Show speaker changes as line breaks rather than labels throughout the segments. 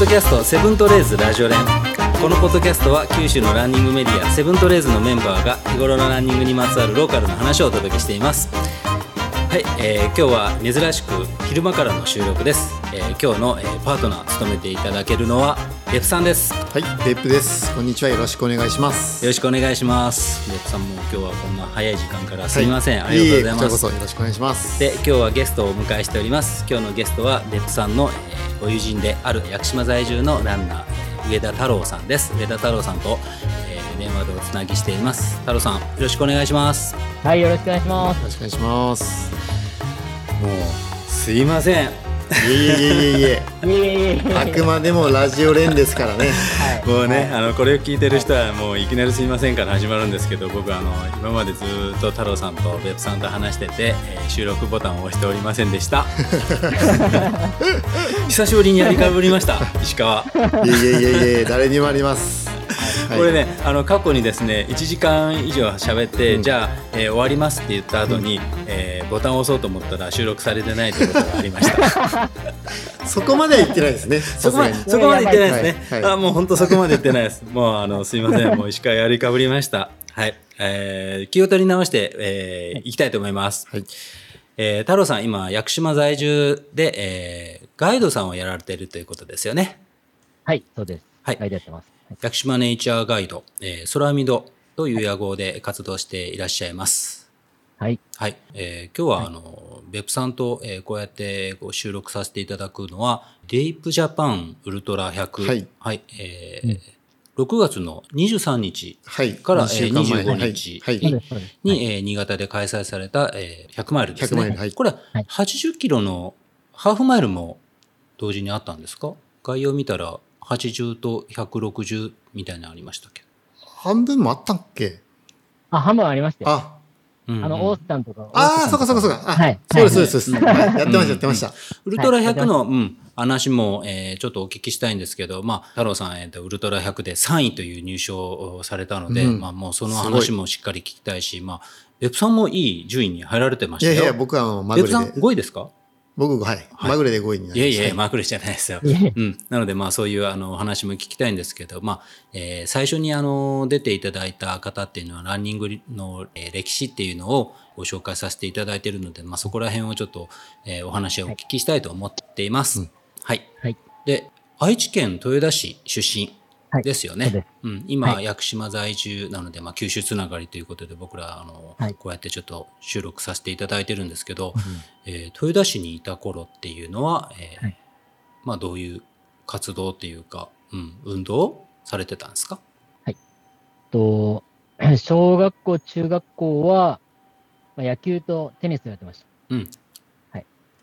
ドキャストセブントレーズラジオ連このポッドキャストは九州のランニングメディアセブントレーズのメンバーが日頃のランニングにまつわるローカルの話をお届けしていますはい、えー今日は珍しく昼間からの収録です、えー今日の、えーパートナー務めていただけるのはレフさんですよ
はい、デップです。こんにちは、よろしくお願いします。
ろしくお願いしますレフさんも今日はこんな早い時間からすみません、
は
ありがとうござい
ええこちら
ま
こ
す
そよろしくお願いします。
で今日はゲストをお迎えしております今日のゲストはレップさんの、えーご友人である屋久島在住のランナーえー上田太郎さんです上田太郎さんと、えー電話でおつなぎしています太郎さんよろしくお願いしますも
はい、よろしくお願いします。
よろしくお願いします。
うすいません
いえいえいえいえ
いえいえい
いえ。
え
あくまでもラジオ連ですからね。
はい
もうね、あのこれを聞いてる人はもういきなり「すいません」から始まるんですけど僕あの今までずっと太郎さんと別府さんと話してて、えー収録ボタンを押しておりませんでした 久しぶりにやりかぶりました石川
いえいえいえいえ、誰にもあります。はい
これ。ねあの過去にですね1時間以上喋って、
うん
じゃあ、えー終わりますって言った後に、えーボタンを押そうと思ったら収録されてないということがありました
そこまでは言ってないですね。
そこまで
さす
そこまで言ってないですね、
はいはい
あもう本当そこまで言ってないですもうあのすいませんもう石川やりかぶりましたはい、えー気を取り直して、えーいきたいと思います、
がにはい。
えー太郎さん今屋久島在住で、えーガイドさんをやられているということですよね
はい、そうです。
はい
ガイドやってます。はい
屋久島ネイチャーガイド、えー、空見戸という屋号で活動していらっしゃいます
はい、
はい、えー今日はあの、別府さんと、えーこうやってこう収録させていただくのは、デイプジャパンウルトラ100、
はい
えー6月の23日
はい。
から
二週間前
えー25日
はい。は
そう
い
です、そうです。
に、えー新潟で開催された、えー100マイルですね。
100マイルはい
これは
はい
80キロのハーフマイルも同時にあったんですか概要見たら80と160みたいなのありましたけ
半分もあったっけ。
あ、半分ありましたよ。
あ、
ど。うん
あの、オースさんとか。
ああ、そうかそうかそう
か。
か。あ
はい
そうですそうですそうです。
はい
はいやってましたやってました。
ウルトラ
はい
100の、うん、話も、えーちょっとお聞きしたいんですけど、まあ、太郎さん、えーとウルトラ100で3位という入賞をされたので、
うん
まあ、もうその
すごい
話もしっかり聞きたいし、まあ、別府さんもいい順位に入られてま
い
し
や
た
い
よ。
や、僕はもうまぐ
別
れ
府さん
で。
5位ですか
僕はい、まぐれで5位になりました。
いやいや、マークレじゃないですよ。
いえいえ
うん、なので、まあ、そういうあのお話も聞きたいんですけど、まあえー最初にあの出ていただいた方っていうのはランニングの、えー歴史っていうのをご紹介させていただいているので、まあ、そこら辺をちょっと、えーお話をお聞きしたいと思っています。はい、
はい。
で愛知県豊田市出身
はい
ですよね、
そうです
うん、今、
は
屋久島在住なので、まあ、九州つながりということで僕らあの、
はい
こうやってちょっと収録させていただいてるんですけど、えー豊田市にいた頃っていうのは、えー
はい
まあ、どういう活動っていうか、うん、運動をされてたんですか
と、 小学校、中学校は、まあ、野球とテニスをやってました。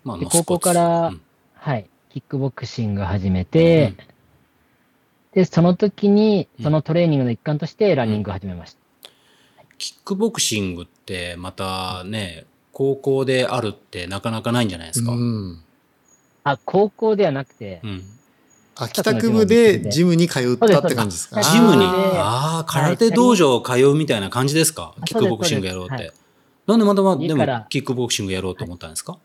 まあ
で
ノスポーツ
高校から
うん
はい。キックボクシング始めて、で、その時に
う、ん
そのトレーニングの一環としてランニングを始めました。
キックボクシングってまたね高校であるってなかなかないんじゃないですか、
うん。
あ、高校ではなくて
う、ん
あ、帰宅部でジムに通ったって感じですか。
そ
ジ
うです
ムに、
あー
ああ、空手道場を通うみたいな感じですか、
あ
キックボクシングやろうって。
そうで
なんでまたま、で
家から
も、キックボクシングやろうと思ったんですか、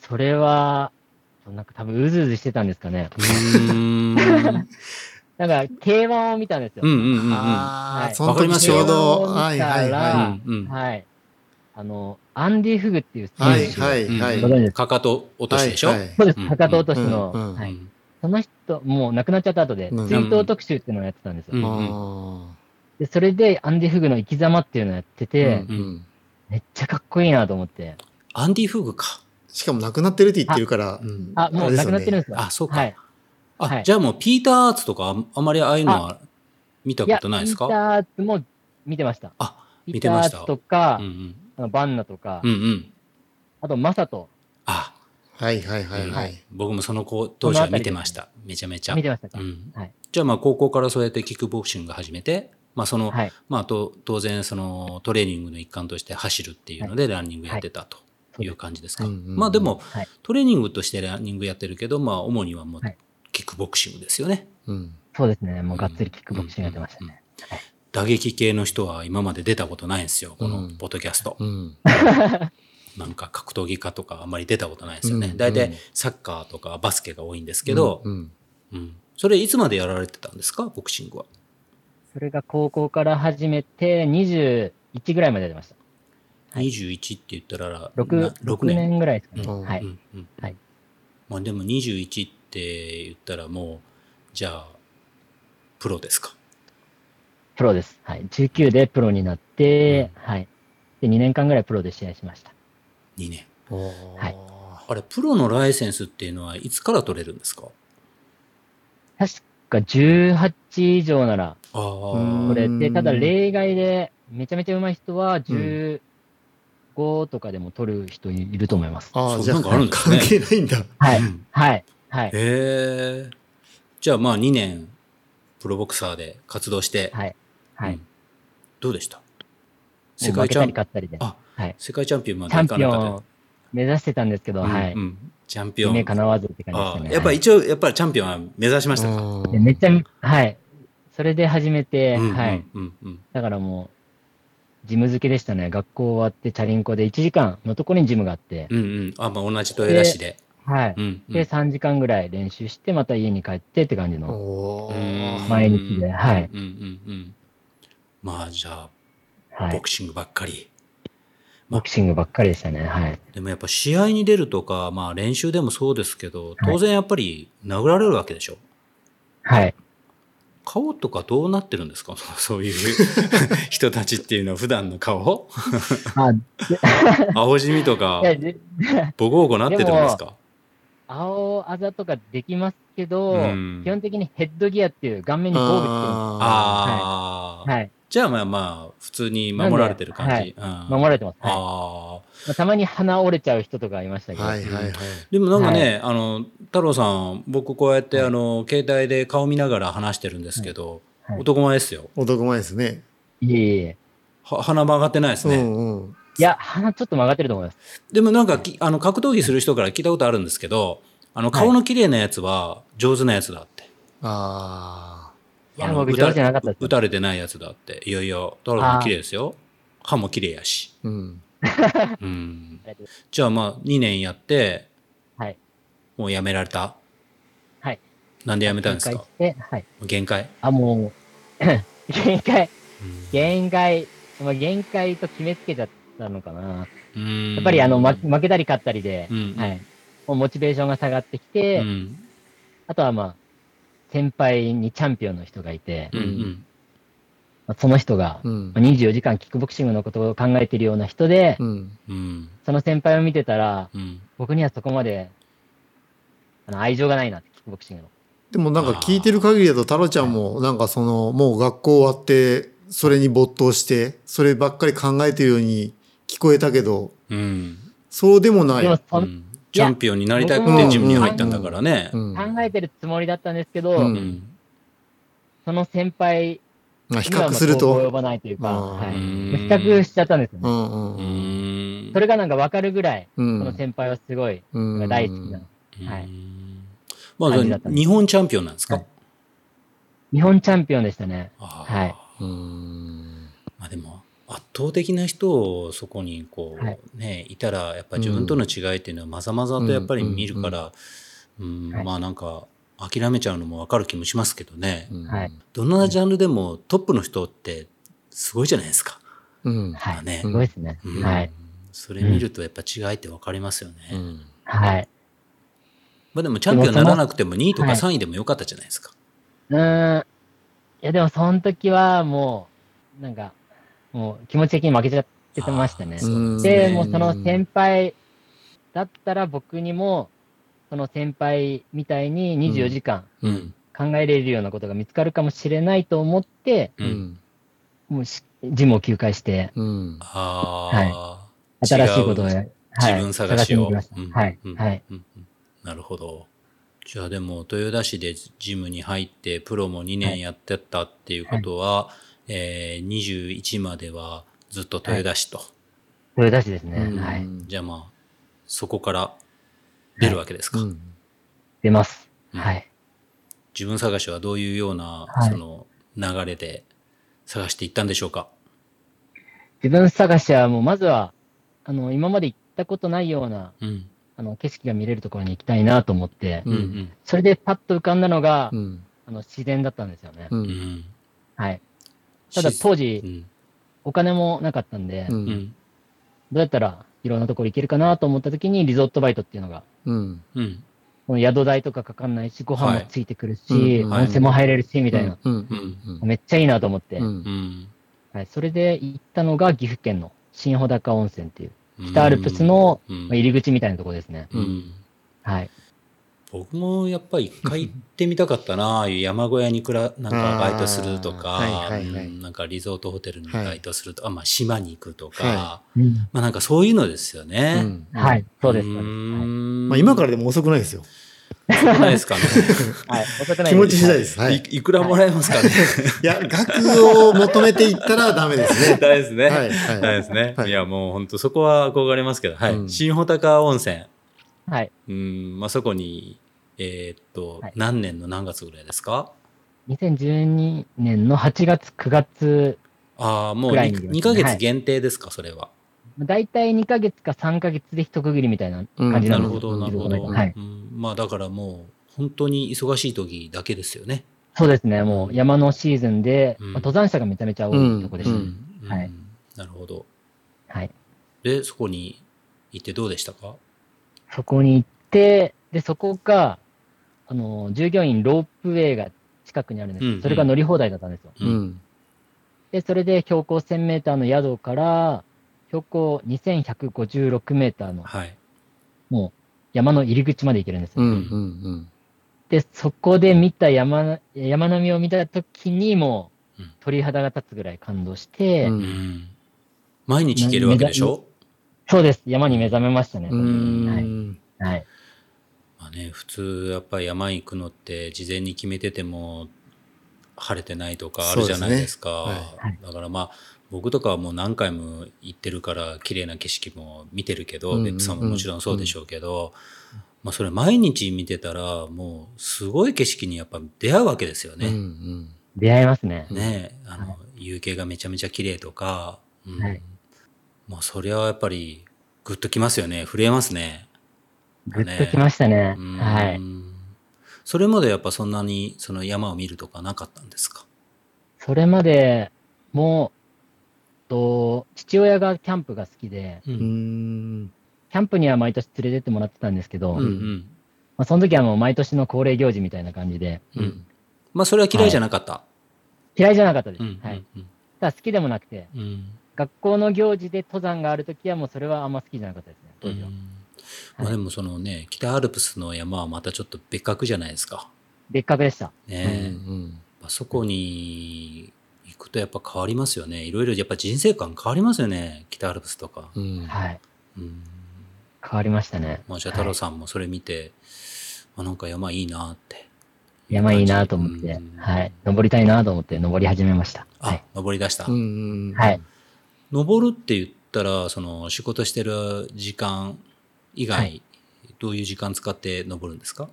それは、なんか多分うずうずしてたんですかね。
うー ん。うん
なんか、K1 を見たんですよ。
うんうんうん。
あ
は
あ、
い
その時ちょうど、はいはい
うん
は
あ
うん
はい。あの、アンディ・フグっていう
い。はい
選手、
は
はい、
いはい。
ご存知ですか
かかと落としでしょ、
はいはい
そうです
うん、
高藤としの、
うんうん
は
う
い、
ん
その人、もう亡くなっちゃった後で、
うん
追悼特集っていうのをやってたんですよ。
うん
あ
で、それでアンディ・フグの生き様っていうのをやってて、
ーうん
めっちゃかっこいいなと思って。
アンディ・フグか。
しかも亡くなってるって言ってるから
うん、
あ、もう亡くなってる
ん
んですよ。
あそうか
はい。
あ、
はい
じゃあもう、ピーター・アーツとかあ、あまりああいうのは見た
い
こ
や、
とないです
ピー
か
ターアーツも見てました。
あ、
ピ
見
ー
て
ター
ま
ア
した
ーツとか
うんう、ん。
あのバンナとか、
うんうん。
あとマサト、
あ、
はいはいはいはい。
僕もその子当時は見てました。めちゃめちゃ。
見てましたか、
うん
はい
じゃあまあ高校からそうやってキックボクシング始めて、まあその
はい。
まあと当然そのトレーニングの一環として走るっていうのでランニングやってたという感じですか。
はいうんうん
まあでも、
はい
トレーニングとしてランニングやってるけど、まあ主にはもう
はい
キックボクシングですよね。
うん
そうですね。もうがっつりキックボクシングやってましたね。
打撃系の人は今まで出たことないんですよ、この
うん
ポッドキャスト。
うん
なんか格闘技家とかあんまり出たことないですよね。
うん
大体サッカーとかバスケが多いんですけど、
うん
うんそれいつまでやられてたんですか、ボクシングは。
それが高校から始めて、21ぐらいまでやりました。はい
21って言ったら、な
6,
六
6年ぐらいですかね。
うん
は
う
い。
んうん
はい
まあでも21って言ったらもう、じゃあ、プロですか。
プロです。はい。19でプロになって、はい。で、2年間ぐらいプロで試合しました。
2年。
はい
あれ、プロのライセンスっていうのはいつから取れるんですか
確か18以上なら
ああ、
うん
取れて、ただ例外で、めちゃめちゃ上手い人は15とかでも取る人いると思います。
あ
そ
あ、
う
じゃ
な
あ、
んかあるん
関
ですね
係ないんだ。
は
う
い
ん
はい。はい。
へえ。じゃあまあ2年、プロボクサーで活動して、
はい。は
う
い
ん。どうでした世
もう
界
負け
チャ
たり
ン
勝ったりで。チ
あ、
はい
世界チャンピオンまで
ャ
い
ン
か
ピ
な
オ
かった
ン
で
を目指してたんですけど、は
う
い
んう。んチャンピオン。
夢叶わずって感じでし
あ
た
あ
ね。
やっぱ
はい
一応、やっぱりチャンピオンは目指しましたか。
でめっちゃ、はい。それで始めて、
うん
はい。。
うんうん
だからもう、ジム付けでしたね。学校終わって、チャリンコで1時間のところにジムがあって、
うんうん。あ、まあ同じ豊田市で。
はい。
うんうん。
で、3時間ぐらい練習して、また家に帰ってって感じの
お
うん
ー
毎日で、はい。
うんうんうん。まあじゃあ、
は
ボ
い。
クシングばっかり。
ボクシングばっかりでしたね。はい。
でもやっぱ試合に出るとか、まあ練習でもそうですけど、当然やっぱり殴られるわけでしょ。
はい。
顔とかどうなってるんですか そういう 人たちっていうのは普段の顔
あ、い
青じみと か、
や、で
ボコボコなってるんですか
青あざとかできますけど、
うん
基本的にヘッドギアっていう顔面に防具つけま
あ
ああ、
す。はい。
じゃあまあまあ、普通に守られてる感じ。うん
守られてます。はい
ああ。
まあ、たまに鼻折れちゃう人とかいましたけど。
はいはいはい。
でもなんかね、あの、太郎さん、僕こうやって、あの、携帯で顔見ながら話してるんですけど、
はいはい
男前ですよ。
男前ですね。
いえいえ。
は鼻曲がってないです
う
ね。
んうん。
いや、鼻ちょっと曲がってると思います。
でもなんかき、あの、格闘技する人から聞いたことあるんですけど、あの、顔の綺麗なやつは上手なやつだって。
あ
いや
あの
僕
打たれ
上手じゃなかったです
打たれてないやつだって。いやいや、太郎さん綺麗ですよ。歯も綺麗やし。
あ。うん。
うん
ありがとうございま。
じゃあまあ、2年やって、
はい。
もうやめられた
はい。
なんでやめたんですか
限界して、はい。
限界
あ、もう、 限界、
うん
限界、まあ、限界と決めつけちゃったのかな。
うん
やっぱりあの、ま、負けたり勝ったりで
う、ん
はい。もうモチベーションが下がってきて、
うん
あとはまあ、先輩にチャンピオンの人がいて、
うんうん
まあ、その人が、
うん
まあ。24時間キックボクシングのことを考えてるような人で、
うん。
うん
その先輩を見てたら、
うん
僕にはそこまで、あの、愛情がないなって、キックボクシングの。
でもなんか聞いてる限りだと、太郎ちゃんも、なんかその、もう学校終わって、それに没頭して、そればっかり考えてるように聞こえたけど、
うん
そうでもな
でも
い。
う
その、
んチャンピオンになりたくてジムに入ったんだからね
う。
考えてるつもりだったんですけど、
う
うんん
その先輩
まあ比
には
較
まあ
する
遠く及
と。
ばないというか、
うん
はい、
う
比
ん
較しちゃったんですよ
う
ね。
んうん
う
うん。
ん
それがなんかわかるぐらい、
う
その
ん。
先輩はすごい、
うん
大好きな。は
う
い
んまあ
感じだったんです
日本チャンピオンなんですか
はい日本チャンピオンでしたね。
あ
は
ー
う
い
ん。
まあでも圧倒的な人をそこにこ
はいう
ねいたらやっぱ自分との違いっていうのはまざまざとやっぱり見るからうん
はい
まあなんか諦めちゃうのもわかる気もしますけどね
うん
はい。
どんなジャンルでもトップの人ってすごいじゃないですか。
うん。
は
まあ
い。
ね
すごいですね。
うん
はい。
それ見るとやっぱ違いってわかりますよね。
うん。
はい。
まあでもチャンピオンにならなくても2位とか
はい
3位でもよかったじゃないですか。
うーん。いや、でもその時はもう、なんか、もう気持ち的に負けちゃってましたね
あー。そうなん
で、
すね
もうその先輩だったら僕にも、その先輩みたいに24時間
うん。
考えれるようなことが見つかるかもしれないと思って、
う。
うんん。
もうしジムを休会して、
うん。
ああ。
新しいことをや、はい
自分探しを。
探しに行きました。はい。
うん
はい。。
うんうんなるほど。じゃあでも、豊田市でジムに入って、プロも2年やってったっていうことは、えー、21まではずっと豊田市と。
それだしですね。
うん
はい。
じゃあまあ、そこから出るわけですか。
うん。
出ます。
うん
はい。
自分探しはどういうような、
はい
その流れで探していったんでしょうか。
自分探しはもう、まずは、あの、今まで行ったことないような
うん。
あの、景色が見れるところに行きたいなと思って、
うんうん
それでパッと浮かんだのが、
うん。
あの、自然だったんですよね。
う。
うんん
はい。ただ当時、
うん
お金もなかったんで、
う。
ど
うんん
うやったらいろんなところ行けるかなと思った時に、リゾットバイトっていうのが、
うん。
うん
この宿代とかかかんないし、ご飯
は
も
い
ついてくる
うん
し、
うん
はい
温泉も入れるし、みたいな。
うん。うん。
めっちゃいいなと思って、
うん。
はい。それで行ったのが岐阜県の新穂高温泉っていう、北アルプスの
うん
まあ入り口みたいなところですね。
うん
はい。
僕もやっぱり一回行ってみたかったな、ああいう山小屋にくらなんかバイトするとか、
あーはいはいはい
うんなんかリゾートホテルにバイトするとか、まあ島に行くとか、
はい
まあなんかそういうのですよね。
うん
はい。そうです。
ー
は
ん
まあ今からでも遅くないですよ。
らないですかね。
いはい。遅くない
気持ち次第です。はい
い。いくらもらえますかね。
いや、額を求めていったらダメです ね。
ダメですね。
はい。
ダメ
は
ですね。
はい
いやもう本当そこは憧れますけど、はい。
うん
新穂高温泉。
はい。
うん、まあそこに、えーっと、
はい
何年の何月ぐらいですか
2012年の8月、9月、
ああ、もう
ぐらいに
2, ヶ
は
月
い
限定ですか、それは。
だいたい2ヶ月か3ヶ月で一区切りみたいな感じ
な
な
るほ
ので、
ど、なるほ
自
ど。
動販売機はい。
うんまあだからもう、本当に忙しい時だけですよね。
そうですね、もう山のシーズンで、
うん
まあ登山者がめちゃめちゃ多いとこで
う
す、
ん
うん
はい
なるほど。
はい。
で、そこに行ってどうでしたか
そこに行って、で、そこが、あの、従業員ロープウェイが近くにあるんですけど
うん
それが乗り放題だったんですよ。
い。うん。
で、それで標高1000メーターの宿から、標高2156メーターの
はい。
山の入り口まで行けるんですよ。
うん。うん。
で、そこで見た山、山並みを見たときにもう
うん、
鳥肌が立つぐらい感動して、
うん
うん毎日行けるわけでしょ
そうです、山に目覚めましたね。
う
は
ん。
い。
ん。
はい。
まあね、普通、やっぱり山行くのって、事前に決めてても、晴れてないとかあるじゃないですか。
そうです
ねはい
だからまあ、僕とかはもう何回も行ってるから、綺麗な景色も見てるけど、
うんうんうん
ベップさんももちろんそうでしょうけど、まあそれ毎日見てたら、もうすごい景色にやっぱ出会うわけですよ
うん。う
ね。
ん。
出会えますね。
ねあの、
は
夕景がめちゃめちゃ綺麗とか、うん
はい
まあそれはやっぱり、グッときますよね。震えますね。
ぐっときましたね。
うん
はい。
それまでやっぱそんなにその山を見るとかなかったんですか
それまでも、と父親がキャンプが好きで、
う
う。ん。
キャンプには毎年連れてってもらってたんですけど、
うんうん。
まあ、その時はもう毎年の恒例行事みたいな感じで、
うんまあそれは嫌いじゃなかった。
嫌いじゃなかったです。
うん
はい。。ただ好きでもなくて、
うんうん。
学校の行事で登山がある時はもうそれはあんま好きじゃなかったですね、当時は。
まあでもそのね、北アルプスの山はまたちょっと別格じゃないですか。
別格でした。
う
ねえ。
ん。
まあそこに行くとやっぱ変わりますよね。いろいろやっぱ人生観変わりますよね。北アルプスとか。
うん。
はい。
うん。
変わりましたね。
まあじゃあ太郎さんもそれ見て、あなんか山いいなって。
山いいなと思って
うん、
はい。登りたいなと思って登り始めました。は
あ
い。、
登り出した
う。ん。
はい。
登るって言ったら、その仕事してる時間以外、
は
どういう時間使って登るんですか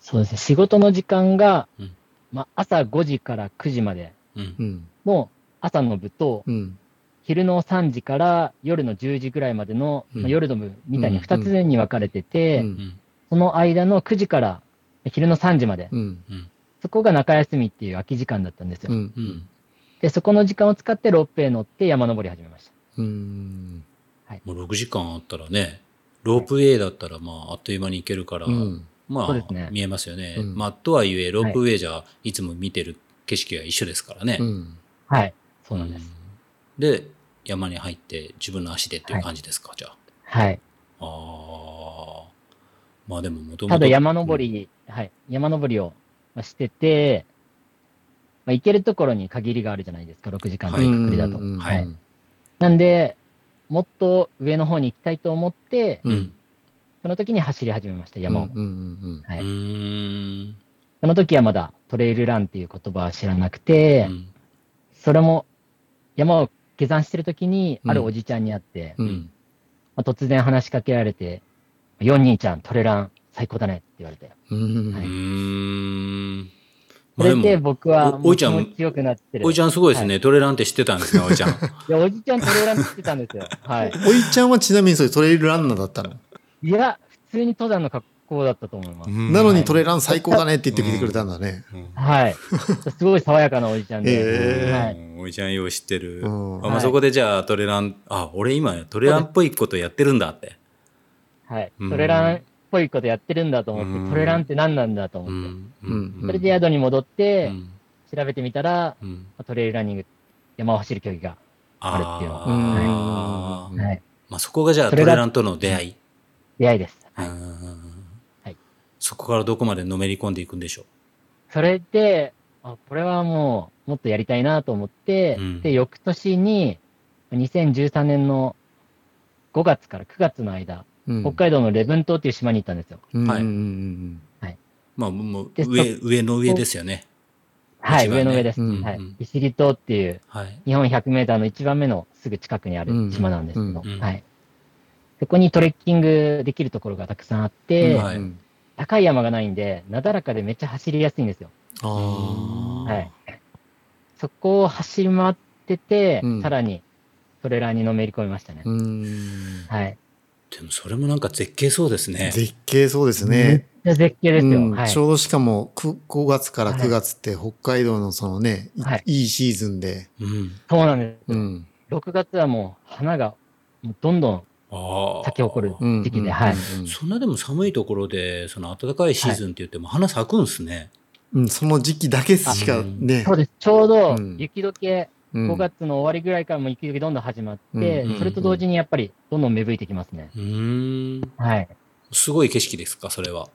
そうですね。仕事の時間が、
うん
まあ、朝5時から9時まで
うん。
うん。
の朝の部と、
うん。
昼の3時から夜の10時ぐらいまでの、
うん
まあ夜の部みたいに
うん
2つに分かれてて、
うん。
その間の9時から昼の3時まで、
うん。
そこが中休みっていう空き時間だったんですよ。
うん
う。ん。
で、そこの時間を使ってロープウェイ乗って山登り始めました。
うん。
もう6時間あったらね、ロープウェイだったら、まあ、あっという間に行けるから、
うん。
ま
そうですね
あ、見えますよね。
うん
まあ、とはいえ、ロープウェイじゃ、いつも見てる景色は一緒ですからね。
うん。
はい。そうなんです。
うんで、山に入って、自分の足でっていう感じですか、じゃあ。
はい。
ああ。まあでも、もともと。
ただ山登り、はい。山登りをまあしてて、まあ、行けるところに限りがあるじゃないですか、6時間の
はい
隔離だと。
はい。
なんで、もっと上の方に行きたいと思って、
うん。うん。
その時に走り始めました、山を。
うん。うん。
うーん。
その時はまだトレイルランっていう言葉は知らなくて、
うん
それも山を下山してる時に、
うん
あるおじちゃんに会って、
うん。
まあ突然話しかけられて、4人ちゃん、トレラン最高だねって言われて。
うん。
う
は
ー
い。
ん。ま
そ
あで
れで
も、
僕は
お
も
お
う
いち
気
ゃん
持ち強くなってる。
おいちゃんすごいですね。トレランって知ってたんですね、おいちゃん。
いや、おじちゃんトレランって言ってたんですよ。はい。
おいちゃんはちなみにそれトレイルランナーだったの
いや、普通に登山の格好だったと思いま す。
なのにト
れ
レラン最高だねって言ってきてくれたんだね。
はい。すごい爽やかなおじちゃんで。
へー
はい。
おいちゃんよう知ってる。
うん
あま
は
あ、
い
そこでじゃあトレラン、あ、俺今トレランっぽいことやってるんだって。
はい。
うん
トレランっぽいことやってるんだと思っ
うん
て、トレランって何なんだと
う
思って。
ん。
うんうん
それで宿に戻っ
う
て、
ん。
調べてみたら、
うん。
トレイルランニング、山を走る競技が。あるっていう
あー
うん
はい。
まあ、そこがじゃあト
そ
レ
れが
ランとの出会い。
出会いです。
う
はい。
ん
はい
そこからどこまでのめり込んでいくんでしょ
それで、あ、これはもう、もっとやりたいなと思って、
うん
で、翌年に、2013年の5月から9月の間、
うん
北海道のレブン島っていう島に行ったんですよ。
うん
はい
うんうん
う。まあ、もう
で
上、上の上ですよね。
はい、
一番ね
上の上です。
うん
はい
うん。
石切島っていう、
はい。
日本100メーターの一番目のすぐ近くにある島なんですけど、
うんうん
はい。そこにトレッキングできるところがたくさんあっ
うん
て、
はい
うん
高い山がないんで、なだらかでめっちゃ走りやすいんですよ。
あー
はい。そこを走り回ってて、
うん
さらにトレーラーにのめり込みましたね。
うん
はい。
でもそれもなんか絶景そうですね。
絶景そうです
めっ
ね。
ちゃ絶景ですよ。
うん
はい
ち。ょうどしかも5月から9月って北海道のそのね、い
はい
いいシーズンで。
うん。
そうなんです。
うん
6月はもう花がもうどんどん
ああ。
咲き誇る
うん
時期で、はい。
うん
そんなでも寒いところで、その暖かいシーズンって言っても花咲くんですね。
うん、その時期だけしかね
そ。うです。ちょうど
うん
雪解け、
うん
5月の終わりぐらいからもう雪解けどんどん始まって、
うん
それと同時にやっぱりどんどん芽吹いてきますね。
うーん。
はい。
すごい景色ですか、それは。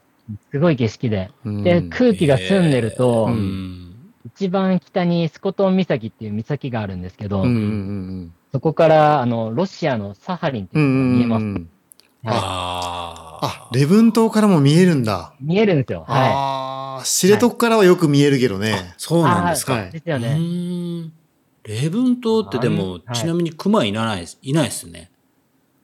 すごい景色で。
うん
で、空気が澄んでると
えー、
うん
一番北にスコトン岬っていう岬があるんですけど、
うんうん
そこから、あの、ロシアのサハリンって
う
い
ん。う
うのが
んう
見え
んうん。
ます。はい、
あ
あ
あ、。
礼文島からも見えるんだ。
見えるんですよ。は
ああ、知床からはよく見えるけどね。
そう
い。
なんですか。
あーですよ
う
ね。
ーん。礼文島ってでも、
はい
ちなみに熊いらないです、いないですね。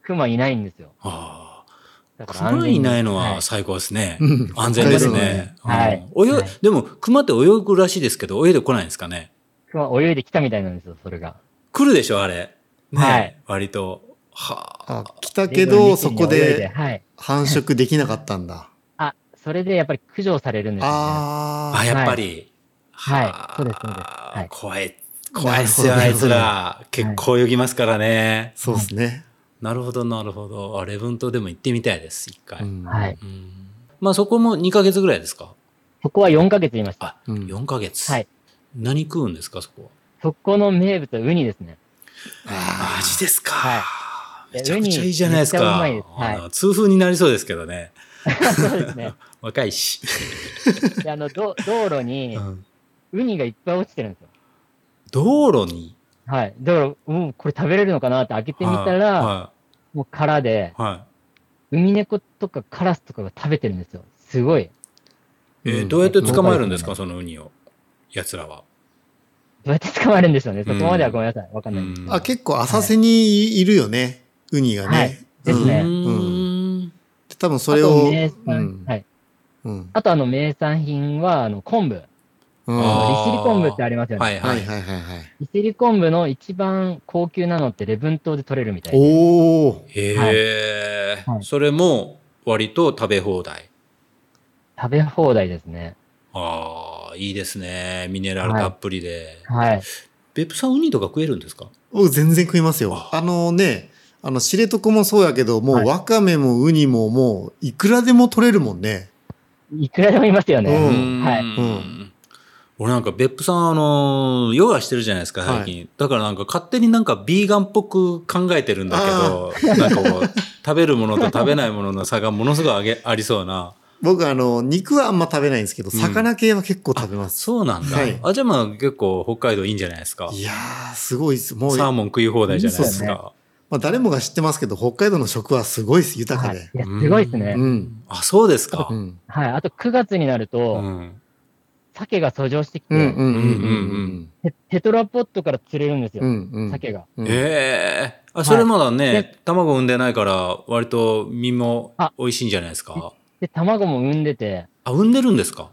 熊いないんですよ。
ああ。
だから安
熊
全に
いないの
い
は最高ですね。
うん
安全です
北海道
ね。
はい
うん泳い
はい
でも、熊って泳ぐらしいですけど、泳いでこないんですかね。
熊泳いできたみたいなんですよ、それが。
来るでしょ、あれ。ね、
はい
割と。はあ。
あ来たけど、そこ
レイブンに泳い
で
はい。
繁殖できなかったんだ。
あ、それでやっぱり駆除されるんですよね。
あ、
あ
やっぱり。
はい
あ
そうですそうですはい
怖い。怖いっすよ、
な
あ
る
い
ほ
つ
ど
ら。結構泳ぎますからね
あ、。そうですね。
なるほど、なるほど。あ、レブン島でも行ってみたいです、一回。
うん
はい。
うんまあそこも2ヶ月ぐらいですか
そこは4ヶ月いました。
あ、
うん
4ヶ月。
はい。
何食うんですか、そこは。
そこの名物はウニです ね。
あ
マジですか。
い
めちゃくちゃいいじゃないです
ウニめっちゃう
か。
まいですはい
あの痛風になりそうですけどね。
そうですね。
若いし。
で、あの、ど道路に
うん
ウニがいっぱい落ちてるんですよ。
道路に。
はい。だから、うん、これ食べれるのかなって開けてみたら、
は
もう殻で、
い。はい。は
ウミネコとかカラスとかが食べてるんですよ。すごい。
いえー
うん
どうやって捕まえるんですか、そのウニを。奴らは。
どうやって捕まえるんでしょうね。そこまではごめんなさい。わかんない。
うん
あ、結構浅瀬にいるよね。ウニが
はい
ね。う
です
ん
ね
うん
で多分そ
あ
れ
と
を。
名産、
うん
はい。
うん
あとあの名産品は、あの、昆布。
うん
あ
は
ー
利尻昆布ってありますよね。
はい
い
は
はい
い。
はいはい。
利尻昆布の一番高級なのって礼文島で取れるみたいで。
おお。
へえ
は。い
それも割と食べ放題。
食べ放題ですね。
ああ、いいですね。ミネラルたっぷりで。
はい。
別府さん、ウニとか食えるんですか
僕全然食いますよ。あのね、あの、知床もそうやけど、も
は
う
い
ワカメもウニももう、いくらでも取れるもんね。
いくらでもいますよ
う
ね。
ん
はい
うん俺なんか別府さん、あのーヨガしてるじゃないですか、最近。だからなんか勝手になんかビーガンっぽく考えてるんだけど、なんかこう、食べるものと食べないものの差がものすごいあげありそうな。
僕あの、肉はあんま食べないんですけど、
うん
魚系は結構食べます。
そうなんだ。
はい
あ、じゃあまあ結構北海道いいんじゃないですか。
いやー、すごいです。もう、
サー
ま
モン食い放題じゃないで
いい
す
です
か。
あ、誰もが知ってますけど、北海道の食はすごいです。豊か
はい、
で。
いや、すごいです
は
ね
う。ん。
あ、そうですか
う。ん。
はい。あと9月になる
う
と、
ん。
鮭が遡上してきて、
うんうんうん
テテトラポットから釣れるんです
うんうん。うんう
よ。
ん。
鮭が。
うん
ええあ、それまだね、
はいで
卵産んでないから、割と身も
あ
美味しいんじゃないですか。
で、卵も産んでて、
あ、産んでるんですか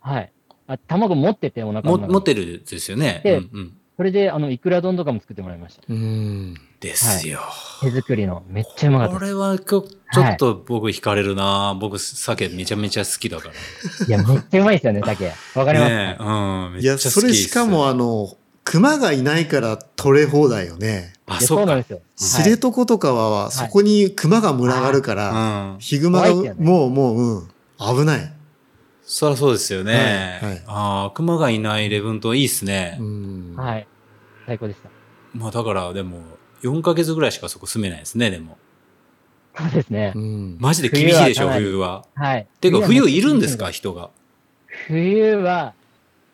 はい。あ、卵持ってて、お腹の
も
中に
持ってるですよね。う
で
んうん、
それで、あの、いくら丼とかも作ってもらいました。
うん。
ですよ。
手作りの、めっちゃうまかった
こ
で
れはちょちょっと僕惹かれるな、僕酒めちゃめちゃ好きだから。
す。いや、めっちゃうまいですよね、竹。わかります、
ねえ、うん、めっ
い
ちゃ
や、
好きっす
それしかもあの、熊がいないから取れ放題よね。
あ、
いや
そ
そうう
か。
な
うんん
ですよ。
知床とかは、そこに熊が群がるから、ヒグマが、
怖いってやつね
もうもう、うん、危ない。
そりゃそうですよね。
はいはい
ああ、熊がいないレブン島いいっすね。
うん。
はい。はい。最高でした。
まあだからでも、4ヶ月ぐらいしかそこ住めないですね、でも。
そうですね
う。ん。
マジで厳しいでしょ、
冬はかなり
冬は。
はい。
ていうか、
は
冬いるんですか、人が。
冬は、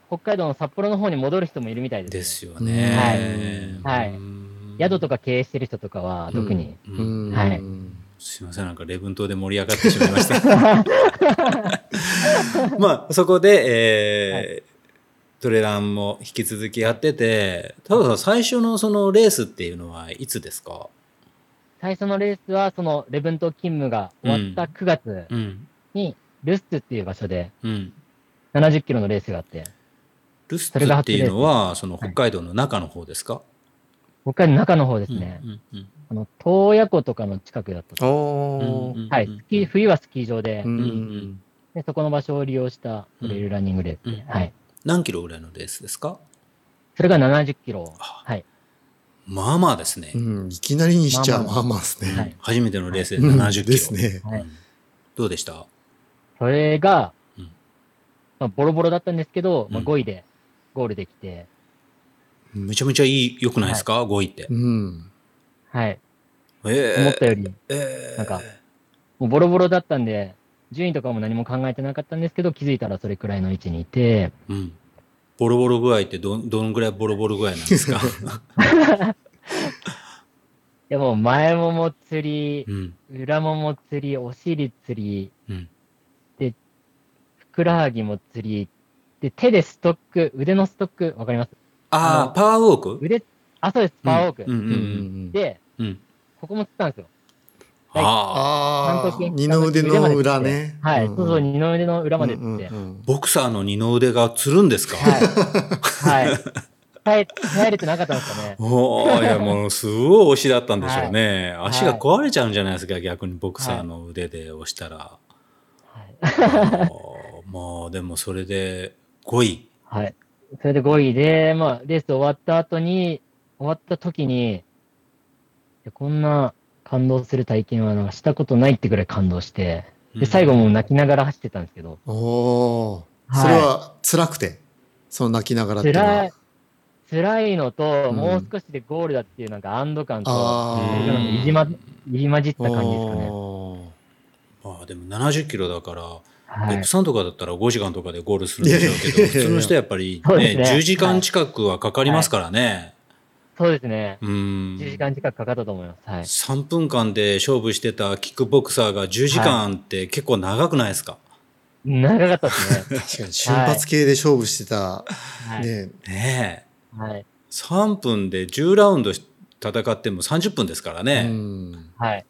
北海道の札幌の方に戻る人もいるみたいです、
で
ね。
すよね。
はいはい
うん
宿とか経営してる人とかは、特に。
う
うんん。
はい
すいません、なんかレブン島で盛り上がってしまいました。 まあ、そこで、えートレランも引き続きやってて、たださん、最初のそのレースっていうのはいつですか
最初のレースは、その、レブン島勤務が終わった9月
うん。
に、ルスツっていう場所で、
うん。
70キロのレースがあって、
ルスツっていうのは、その北海道の中の方ですか、
北海道の中の方ですね。
うんうん
あの、洞爺湖とかの近くだった
あ
と。
あ、
うんうんうん
はい、スキー、冬はスキー場で,、
うん
うんうん
で、そこの場所を利用したトレイルランニングレースで、
うん
はい。
何キロぐらいのレースですか
それが70キロ。
あ
はい。
まあまあですね。
うん。いきなりにしちゃう、
まあ
まあまあです
う
ね。
ん初めてのレースで
うん
70キロ。
ですね
うん。どうでした
それが、
うん
まあ、ボロボロだったんですけど、まあ、
うん
5位でゴールできて、
めちゃめちゃいい、良くないですか、?5 位って
う。ん。
はい。
ええ
思ったより、
ええ
なんかもうボロボロだったんで、順位とかも何も考えてなかったんですけど、気づいたらそれくらいの位置にいて、
うん。ボロボロ具合ってど、どのぐらいボロボロ具合なんです か
でもう前もも釣り
う、ん。
裏もも釣り、お尻釣り、
うん。
ふくらはぎも釣り、で、手でストック、腕のストック、わかりますあ
ああ、
の
パワーウォーク
腕、あ、そうです、パワーウォーク。
うんうん
う
うん。
うんん。
で、
うん。
ここも釣ったんですよ。はい
ああ、
あ
三
あ、
角
二の腕の裏ね。
はい、
ん
そうそう、二の腕の裏まで釣って。
うんうんうん
ボクサーの二の腕がつるんですか、
はい。はい。耐え、耐えれてなかったんですかね。
おおいや、もう、すごい押しだったんでしょうね。
い
足が壊れちゃうんじゃないですか、逆にボクサーの腕で押したら。
はい。
あーまあ、でもそれで5位。
はい。それで5位で、まあ、レース終わった後に、終わった時に、いやこんな感動する体験はなんかしたことないってぐらい感動して、
うん
で、最後もう泣きながら走ってたんですけど、
おお。それは辛くて、その泣きながらっていうのは。
辛い、辛いのと、
うん
もう少しでゴールだっていうなんか安堵感と、
あ
う
なんんか
あ。
入りま、入り混じった感じですかね。
お
まあ、でも70キロだから、
は
レッ
い
ク。さんとかだったら5時間とかでゴールするんでしょうけど、
いやいやいやい
普
や
通の人はやっぱり
そうで
ね、
すね
10時間近くはかかりますからね。
そうですね。
うん。
1時間近くかかったと思います。はい。
3分間で勝負してたキックボクサーが10時間って結構長くないですか、
長かったで す
ー
ね。
確かに瞬発系で勝負してた、
はい。
ね、
ねえ。
はい。
3分で10ラウンド戦っても30分ですから
う
ね。
ん
はい。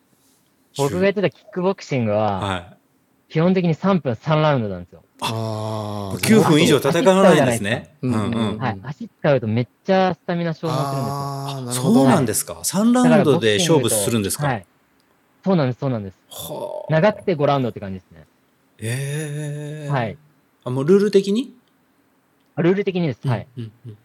僕がやってたキックボクシングは、
は
基本的に3分3ラウンドなんですよ。
あ
い。
あ。
9分以上戦わないんですね。う
うんん
うん。
は
う
い
ん。
足使うとめっちゃスタミナ消耗するんですよ。
ああ、なる
そ
ほ
う
ど。
なんですか。3ラウンドで勝負するんです
は
か。
い。そうなんです、そうなんです。
はあ。
長くて5ラウンドって感じですね。
ええ。
はい。
あ、もうルール的に
ルール的にです。はい。
うんうん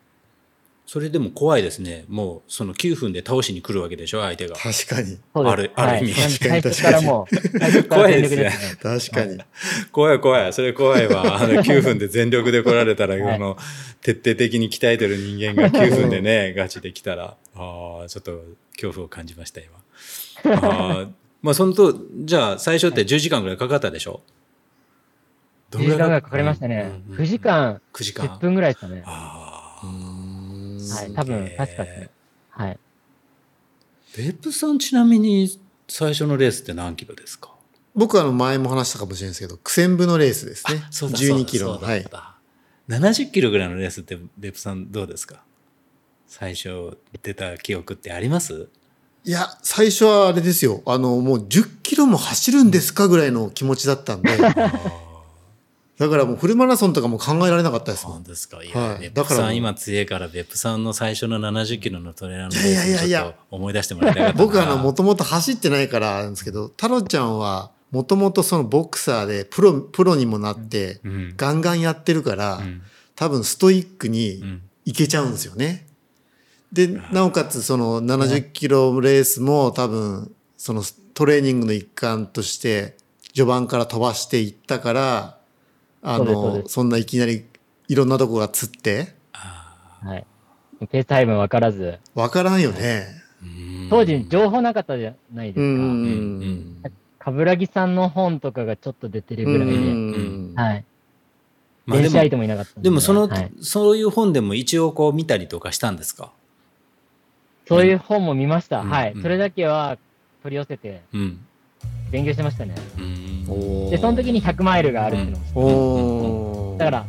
それでも怖いですね。もう、その9分で倒しに来るわけでしょ、相手が。
確かに。
そうです。
あるある意味
はい
確かに
最初からもう、最初から全力ですね。
確かに。
怖い怖い。それ怖いわ。 あの、9分で全力で来られたら、
はい
あの、徹底的に鍛えてる人間 が9分でね、ガチで来たら、ああ、ちょっと恐怖を感じました、今。あーまあ、そのと、じゃあ、最初って10時間ぐらいかかったでしょど
10時間ぐらいかかりましたね。9時。間
9時
10
間。
分ぐらいでしたね。
あ
う
あ。
ん
はい。多分
え、ー
確かですね。はい。
ベップさん、ちなみに、最初のレースって何キロですか
僕はあの前も話したかもしれないですけど、苦戦部のレースですね。
あそうだそうだ
12キロの。
そうだ
はい
そう。だ70キロぐらいのレースって、ベップさんどうですか最初出た記憶ってあります
いや、最初はあれですよ。あの、もう10キロも走るんですかぐらいの気持ちだったんで、だからもうフルマラソンとかも考えられなかったですもん
本。当ですか。い
は
や、
い
別
だ
府
から
さ
もうん
今強いから、別府さんの最初の70キロのトレーラーのレー
いやいや
ス
いやい
ち
や
ょっと思い出してもらいたかったな。
僕あの、もともと走ってないからなんですけど、太郎ちゃんはもともとそのボクサーでプロ、プロにもなって、
うん、
ガンガンやってるから、
うん、
多分ストイック
う
に
ん、
いけちゃうんですよね。で、なおかつその70キロレースも多分そのトレーニングの一環として序盤から飛ばしていったから、あ
そうですそう
の、
で
そんないきなりいろんなとこがつって、
あ
はい。ペース配分分からず、
わからんよね。
ーうん
当時情報なかったじゃないで
う
すか。
うんんう
うん
ん
冠城さんの本とかがちょっと出てるぐらいで、
うん
はい。
まあで
電子アイ
も、
テムいなかったんで
でもその、
はい
そういう本でも一応こう見たりとかしたんですか
そういう本も見ました。
うん
はい。
うん
それだけは取り寄せて
うん。
勉強してましたね。
うん
おー
で、その時に100マイルがあるっていうのも知って、
おー
だから、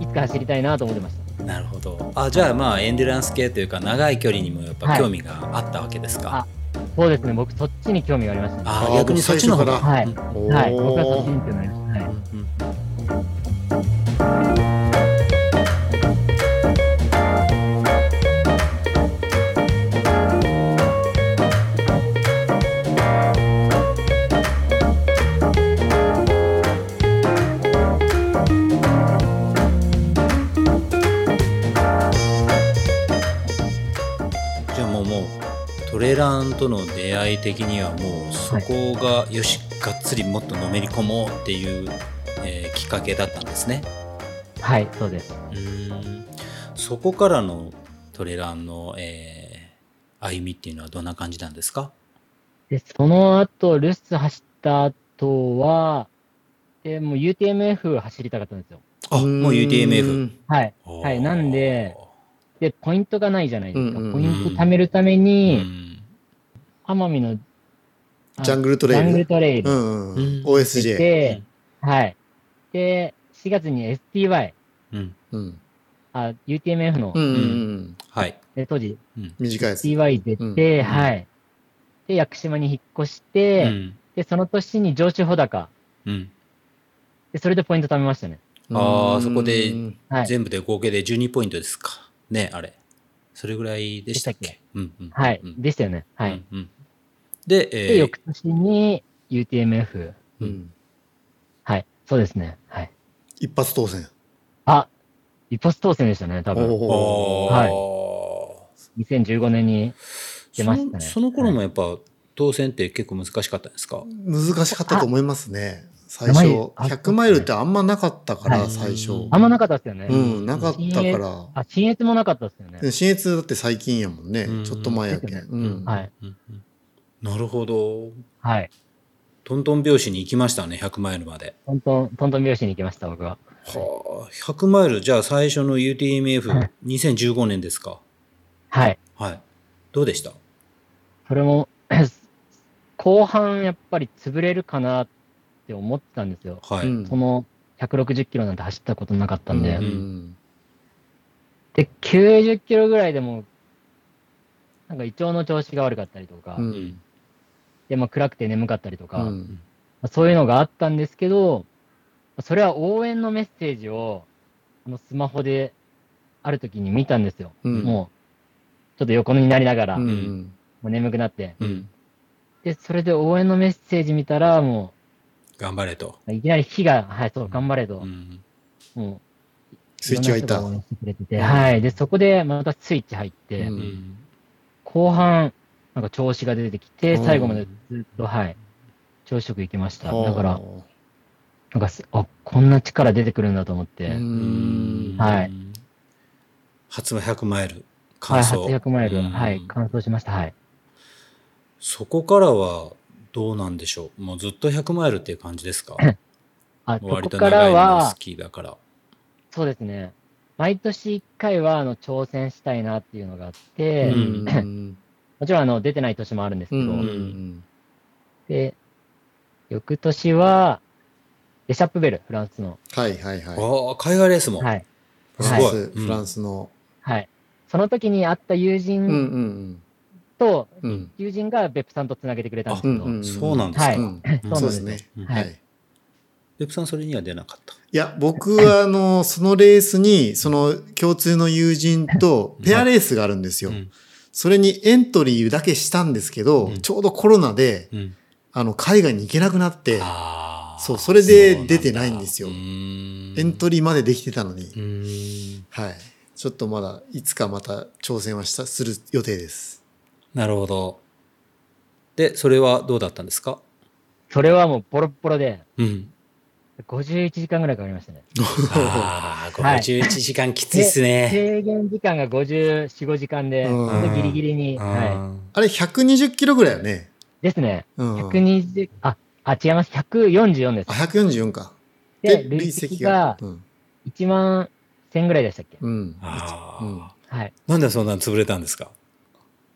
いつか走りたいなと思ってました。
なるほど。あ、じゃあまあエンデュランス系というか長い距離にもやっぱ興味があったわけですか。
はいそうですね、僕そっちに興味がありましたね。
あ
あ
ー
ー
逆にそっちの方が。
もう
はい。
おー
はい。僕はそっちに興味がありました。はい。
うんじゃあもうもうトレーラーとの出会い的にはもうそこが、よしがっつりもっとのめり込もうっていう、えーきっかけだったんですね。
はい、そうです。
うーんそこからのトレーラーの、えー歩みっていうのはどんな感じなんですか
で、その後、ルッス走った後は、で、もう UTMF 走りたかったんですよ。
あもう UTMF。。
はい。
おー
はいなんで、で、ポイントがないじゃないですか。
うんうんうん
ポイント貯めるため
う
に、
ん
奄美のジ
ジャングルト
ジ
レイ
ャング
ル
ル。トレイ
う
ル
ん
に
う
うん
ん。OSJ。
出て、はい。で、4月に STY、
うん
うん。
あ、UTMF の
う、んうんうん。
はい、
で当時
うん
短いやつ。
STY 出て、
うん
はい。で、屋久島に引っ越して、
うん
で、その年に上州穂高。
うん
で、それでポイント貯めましたね。
あー
うん
そこで
うん
はい。
全部で合計で12ポイントですかねあれそれぐらいでしたっけ
でした
うんうん
はい。
うん
でしたよね。はい。
うんうんで、えー
で、翌年に UTMF。
うん
はい。そうですね。はい。
一発当選。
あ、一発当選でしたね、多分。
おー
はい
おー
2015年に。出ましたね
そのその頃もやっぱ当選って結構難しかったんですか、
難しかったと思いますね。最
名
初。
前あ
100マイルってあんまなかったか
は
ら、
い
最初
あ。んまなかったですよね。
うん、なかったか
あ、新越もなかったですよね
ら。。新越だって最近やもんね
うん。
ちょっと前やけん。うん。
はい。
うんうんなるほど
はい。
トントン拍子に行きましたね100マイルまで
トントン、トントン拍子に行きました、僕は。
はあ100マイルじゃあ最初の
は
UTMF2015
い、
2015年ですか
はい。
はいどうでした
それも、 後半やっぱり潰れるかなって思ってたんですよ。
は
う
い、
ん
その160キロなんて走ったことなかったんで。
う
で、90キロぐらいでも、なんか胃腸の調子が悪かったりとか、
うん
うん
で、まあ暗くて眠かったりとか、
う
ま
ん
あそういうのがあったんですけど、まあそれは応援のメッセージを、あのスマホである時に見たんですよ。
うん
もう、ちょっと横になりながら、
う
も
ん
う眠くなって。
うん
で、それで応援のメッセージ見たら、も
頑張れと、
う、いきなり火が、はい、そう、頑張れと
う、ん
もう、
スイッチが入った
ろんな人が応援してくれてて、はい。で、そこでまたスイッチ入って、
う
うんん
後半、なんか調子が出てきて、
うん
最後までずっと、はい、朝食行きました。だから、なんかす、あ、こんな力出てくるんだと思って、
うん
はい
初の100マイル
はい、
完走、
800マイル、
うん
はい、完走しました、はい。
そこからはどうなんでしょうもうずっと100マイルっていう感じですか
あ、そ
割
ことから
長いの
は
好、きだから。
そうですね、毎年1回は、あの、挑戦したいなっていうのがあって、
うん
もちろん、あの、出てない年もあるんですけど、
うん
で、翌年は、レシャップベル、フランスの。
はいはいはい。
ああ、海外レースも。
はい。
フ
す
ラン
ご
ス、
い。うん
フランスの。
はい。その時に会った友
うんう
人
ん
と、
うん。うん
友人が別府さんとつなげてくれたんですけど、
あうんうん
そうなんですか。
はい
うん
そう
そ
なん
う
で
ですすね。
うん
はい
はい。
デプさんそれには出なかった。
いや、僕は、あの、そのレースに、その共通の友人とペアレースがあるんですよ。
うん
それにエントリーだけしたんですけど、
うん
ちょうどコロナで、
うん。
あの、海外に行けなくなって、
あー
そうそれで出てないんですよ
うーん
エントリーまでできてたのに、
うーん
はい。ちょっとまだ、いつかまた挑戦はした、する予定です。
なるほど。で、それはどうだったんですか
それはもうボロッボロで、
うん。
51時間ぐらいかかりましたね。
ああ、
はい
51時間きついっすね。
制限時間が54、5時間で、
うん
ほんとギリギリに。は
うん
あれ、120キロぐらいよね。
い。ですね。
うん。
120、あ、あ、違います。144です
あ、。144か。
で、累積が
うん。
1万1000ぐらいでしたっけ
うん。
あー
うん
はい。
なんでそんなに潰れたんですか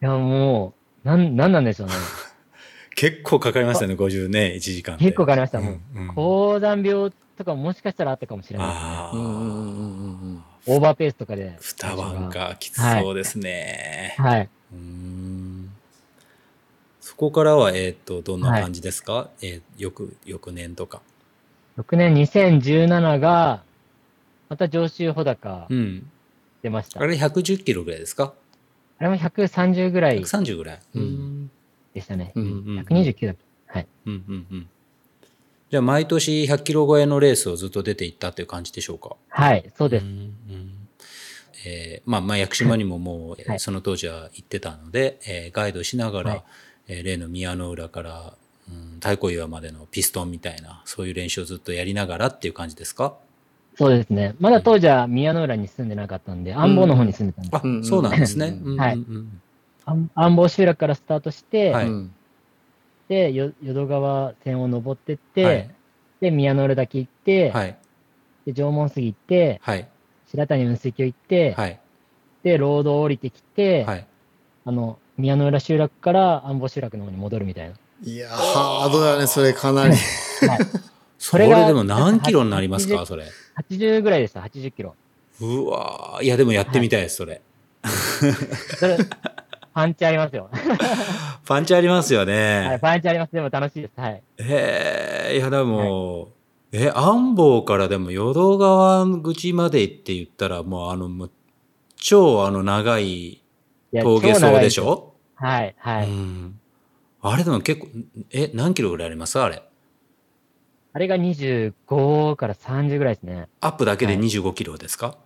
いや、もう、なん、なんなんでしょうね。
結構かかりましたね、50ね、1時間って。
結構かかりました。
う
もう、
んうん
高山病とかもしかしたらあったかもしれない。
あ
うんうんうん
あ、
うんうん
オーバーペースとかで。
二晩。か、きつそうですね。
はい。
うーんそこからは、えっ、と、どんな感じですか、えー翌、翌年とか。
6年2017が、また上州穂高
うん。
出ました。
あれ110キロぐらいですか
あれも130ぐらい
?130 ぐらい。。
うん
でしたね。
うん
うんうん
129だっけはい。
うんうんうん。じゃあ、毎年100キロ超えのレースをずっと出ていったっていう感じでしょうか
はい、そうです
ん。んえーまあ、まあ、屋久島にももう、えー
はい
その当時は行ってたので、えーガイドしながら、
はい
えー例の宮の浦から、うん、太鼓岩までのピストンみたいな、そういう練習をずっとやりながらっていう感じですか
そうですね。まだ当時は宮の浦に住んでなかったんで、安房の方に住んでたんで
あ、
うんうん
そうなんですね。
うん
はい
うんうん
安安房集落からスタートして、
は
う
い
ん。
で、よ淀川線を登ってって、
はい
で、宮の浦岳行って、
はい。
で、縄文杉行って、
はい。
白谷雲水峡行って、
はい。
で、ロード降りてきて、
はい。
あの、宮の浦集落から安房集落の方に戻るみたいな。
いや、ハードだね、それかなり。
そ
そ
れ
れが
でも何キロになりますか、
80
それ。
80ぐらいでした、80キロ。
うわーいや、でもやってみたいです、それ。
それ、パンチありますよ。
パンチありますよ
はい、
ね。
パンチあります。でも楽しいです。はい。
へえ、いや、でも、え、安房からでも淀川口までって言ったら、もうあの、もう超あの長い
いや
峠
超長
層
い
ですし
よ
ょ
はい、はい。
うん。あれでも結構、え、何キロぐらいありますあれ。
あれが25から30ぐらいですね。
アップだけで
はい
25キロですか、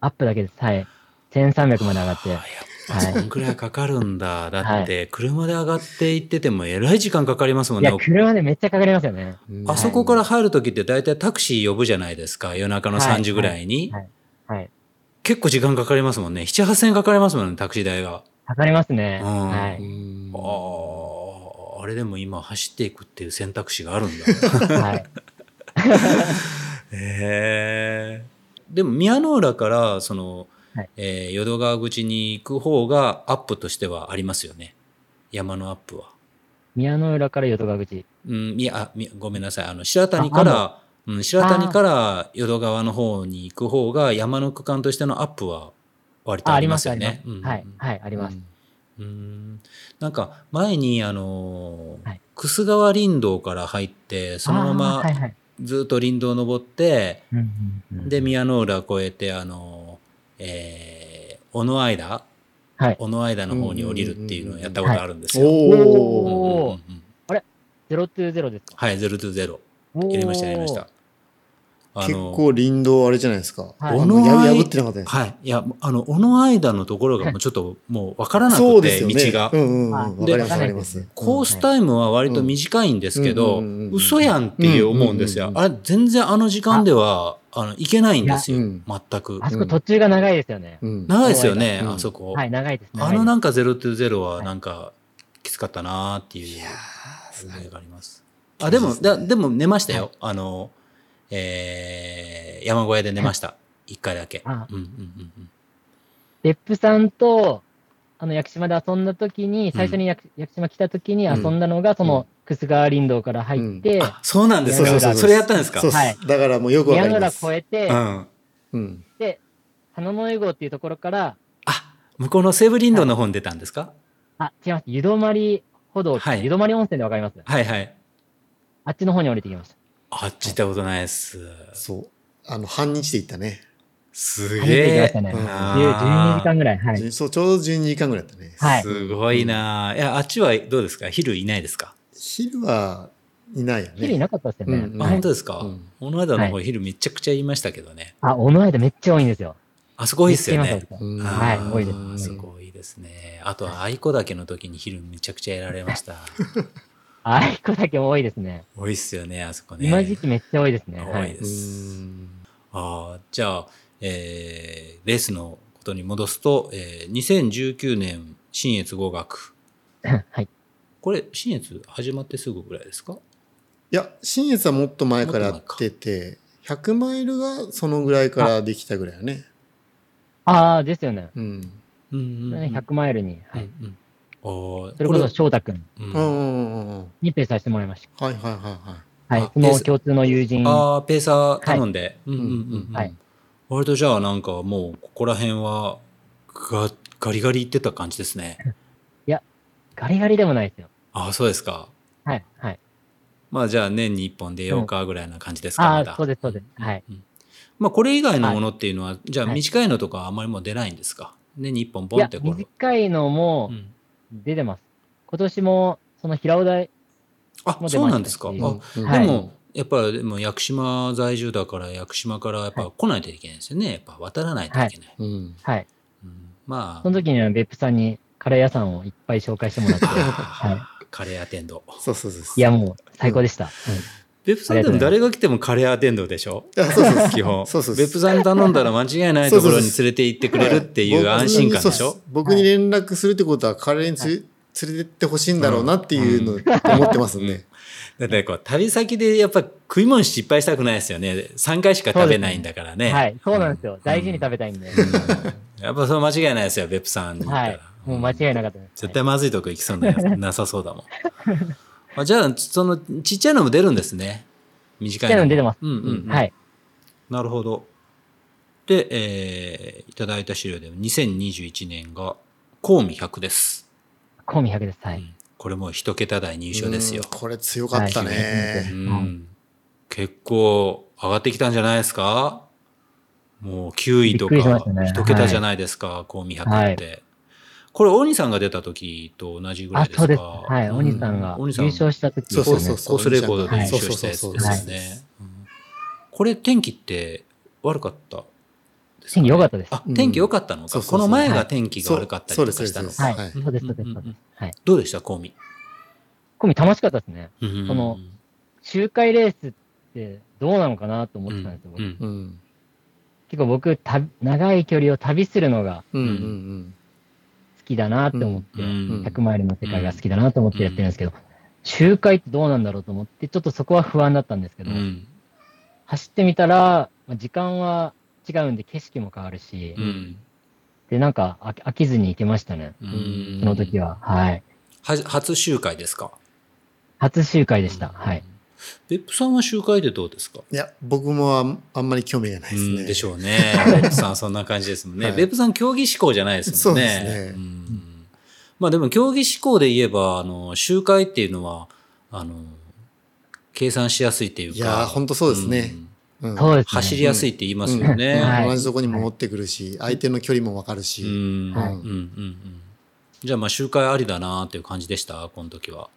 アップだけです。はい。1300まで上がって。
あ
はい
そんくらいかかるん だ。だって、車で上がっていってても、えらい時間かかります もん
い
ね
や、。車でめっちゃかかりますよね。
うん
あそこから入るときって大体タクシー呼ぶじゃないですか。夜中の
はい
3時ぐらいに。
はいはい。
結構時間かかりますもんね。7、8000円かかりますもんね、タクシー代が。
かかりますね。
うん
は
う
い。
ん
ああ、あれでも今走っていくっていう選択肢がある んだ。
はい。
へえ。でも宮の浦から、その、
はい
えー淀川口に行く方がアップとしてはありますよね。山のアップは。
宮の浦から淀川口。
うん、いや、あみごめんなさい。あの、白谷から、うん、白谷から淀川の方に行く方が山の区間としてのアップは割と
あ、
あ
あ
り
り
ま
ますす、
よ
ありま
ね
す。。はい。はい、あります。。
うんうんなんか前にあのー
はい
楠川林道から入ってその
あ
ま
ーはい
ま
はい。
ずっと林道を登って、
うんうんうん
で、宮の浦越えてあのーえー、小野間
はい。
小野間の方に降りるっていうのをやったことあるんですよ。
お
うんうん
お。
んうんうん
うん
020ですか
はい、ゼロトゥゼロ。やりました、やりまし。た。あ
結
の
構林道あれじゃないですか。
はい
あのや
小野愛
破ってなかったです。
はい。いや、あの、小野間のところがもうちょっともうわからなくて、
そうですよね。
道が
う。んうんうん。わか
で
ります、わかります。
コースタイムは割と短いんですけど、
うんうんうんうんうん
嘘やんっていう思うんですよ。
うんうん
あれ、全然あの時間では、あの、行けないんですよ。
うん
全く
あ。そこ途中が長いですよね。
うん。
長いですよね、
うん
あそこ。
はい、長いです。
あのなんんか020はなんか、きつかったなーっていう
いや
思い
ー
があります。あ、でも、
そうです
だ
ね
でも寝ましたよ。あの、えー、山小屋で寝ました。一回だけ。
あ
うんうんうんうん。
別府さんと、あの、屋久島で遊んだ時に、最初に屋久屋久島来た時に遊んだのが、その、楠川林道から入って、
あ、そうなんです
い
か。
や
そ
そうそうそう
れやったんですか。
そうっす
はい
だからもうよくわ
宮
か
の
り
浦
ます。
越えて
う、ん。
うん。
で、花の湯号っていうところから、
あ、向こうの西武林道の方に出たんですか、
あ、違います。湯泊まり歩道って、
はい
湯泊まり温泉でわかります。
はい、はいはい
あっちの方に降りてきました。
あっち行ったことないっす。
そう。あの、半日で行ったね。
す
初めて
げ
行きま
え
した。ね。
うん
10 12時間ぐらい。はい。
そう、ちょうど12時間ぐらいだったね。
はい
すごいなあいや、あっちはどうですか昼いないですか、
昼はいないよね。
昼いなかったですよね。
うん
あ、
はい
本当ですか、
うん
この間の方、昼めちゃくちゃ言いましたけどね。
あ、尾の間めっちゃ多いんですよ。
あそこ多いっすよね。
めっちゃいます
うん
はい
あー
多いです
すごいですね。あと、あいこだけの時に昼めちゃくちゃやられま した。
あいこだけ多いですね。
多いっすよね、あそこね。
今時期めっちゃ多いですね。
多
はいい。
で
う
す。
ん。
ああ、じゃあ、えーレースのことに戻すと、えー2019年、新越合格。
はい。
これ、新越始まってすぐぐらいですか
いや、新越はもっと前からやってて、100マイルがそのぐらいからできたぐらいよね。
ああ、ですよね。
うん。
うん
それ
うんう
ね
ん。
100マイルに。
う
はい。
んうん。ああ、
それこそ翔太くん
うん
うんうんうんうん。
にペースさせてもらいまし
はいはいはいは
た。は
あ
い。その共通の友人。は
ああ、ペーサー頼んで。うんうんうんうん。
はい
割とじゃあなんかもうここら辺はがガリガリいってた感じです ね。
ガリガリでもないですよ。
ああ、そうですか。
はい。はい。
まあじゃあ年に1本出ようかぐらいな感じですか、
あ
ま
あ、
だ
そうです、そうです。はい。
まあこれ以外のものっていうのは、じゃあ
はい
短いのとかはあんまりもう出ないんですか年に1本
い
ボン
や
って、こう。
短いのも
うん
出てます。今年も、その平尾台、
あ、
もう出ましたし
そうなんですか。あ
う
い。
ん
うんうん
は
で
い
も、やっぱでも屋久島在住だから屋久島からやっぱ来ないといけないですよね。やっぱ渡らないといけない。
うん。
はい。
うんま
その時には別府さんにカレー屋さんをいっぱい紹介しても らって。
あ、
はい。
カレーアテンド。
そうそうそうそう。
いや、もう最高でした。
別府さんでも誰が来てもカレーアテンドでしょ
あそうそうそ う
基 本。
そうそうそう
別府さん頼んだら間違いないところに連れて行ってくれるっていう安心感でしょ
僕に連絡するってことは彼につ、連れてってほしいんだろうなっていうのを思ってますんで。
だってこう、旅先でやっぱ食い物失敗したくないですよね。3回しか食べないんだからね。
はい。そうなんですよ。大事に食べたいんで。
やっぱそれ間違いないですよ、別府さんに言ったら。
はい。もう間違いなかったです。
絶対まずいとこ行きそうなやなさそうだもん。あじゃあ、その、ちっちゃいのも出るんですね。短い
ちっちゃいの
も
出てます
うんうん、うん。
はい。
なるほど。で、えーいただいた資料で2021年が、神戸100です。
コミ100です。は
う
い。
んこれも 一桁台入賞ですよ
うん。これ強かった
う
ね。
ん
はい
結構上がってきたんじゃないですかもう9位とか
びっくりしましたね
一桁じゃないですか、コウミ100って。これ、大西さんが出た時と同じぐら
あ、
いですか
そうです。はい。
うん
鬼さんが
鬼
優勝した時です
そ
ね。
うそうそう。
コースレコードで優
はい
勝したやつですよね。
はい
うんこれ、天気って悪かったですか
天気良かったです。
あ、天気良かったの
そ
か。
うそうそ
こ
う
の前が天気が悪かったりとかしたの
そう
か。
は
は
い
い。そうです、そうです、
うんう
そ
んう
うで
ん
す。はい。
どうでした、コウミ。
コミ楽しかったですね。
そ
その周回レースってどうなのかなと思ってたんですよ。僕
うん
うん。
結構僕、た長い距離を旅するのが
うんうんうん。
好きだなって思って、
うん
100マイルの世界が好きだなと思ってやってるんですけど、周回ってどうなんだろうと思って、ちょっとそこは不安だったんですけ
う
ど、
ん
走ってみたら、まあ時間は違うんで景色も変わるし、
うん
で、なんか飽き飽きずに行けましたね。
うん
その時は。はい。
は初集会ですか
初周回でした。はい。。
別府さんは集会でどうですか
いや、僕もあんあんまり興味がないですね。
でし
ょ
ょうね。別府さんそんな感じですもんね。
はい
別府さん競技志向じゃないですもんね。
そうですね
んまあでも競技志向で言えば、あの、集会っていうのは、あの、計算しやすいっていうか。
いやーほんとそうですね
ん
う。ん、
そうですね。
走りやすいって言いますよね。
うんはい
同じとこにも持ってくるし、相手の距離もわか
う
る
ん。う
し。
ん。うん。うんうんじゃあまあ集会ありだなっていう感じでした、この時は。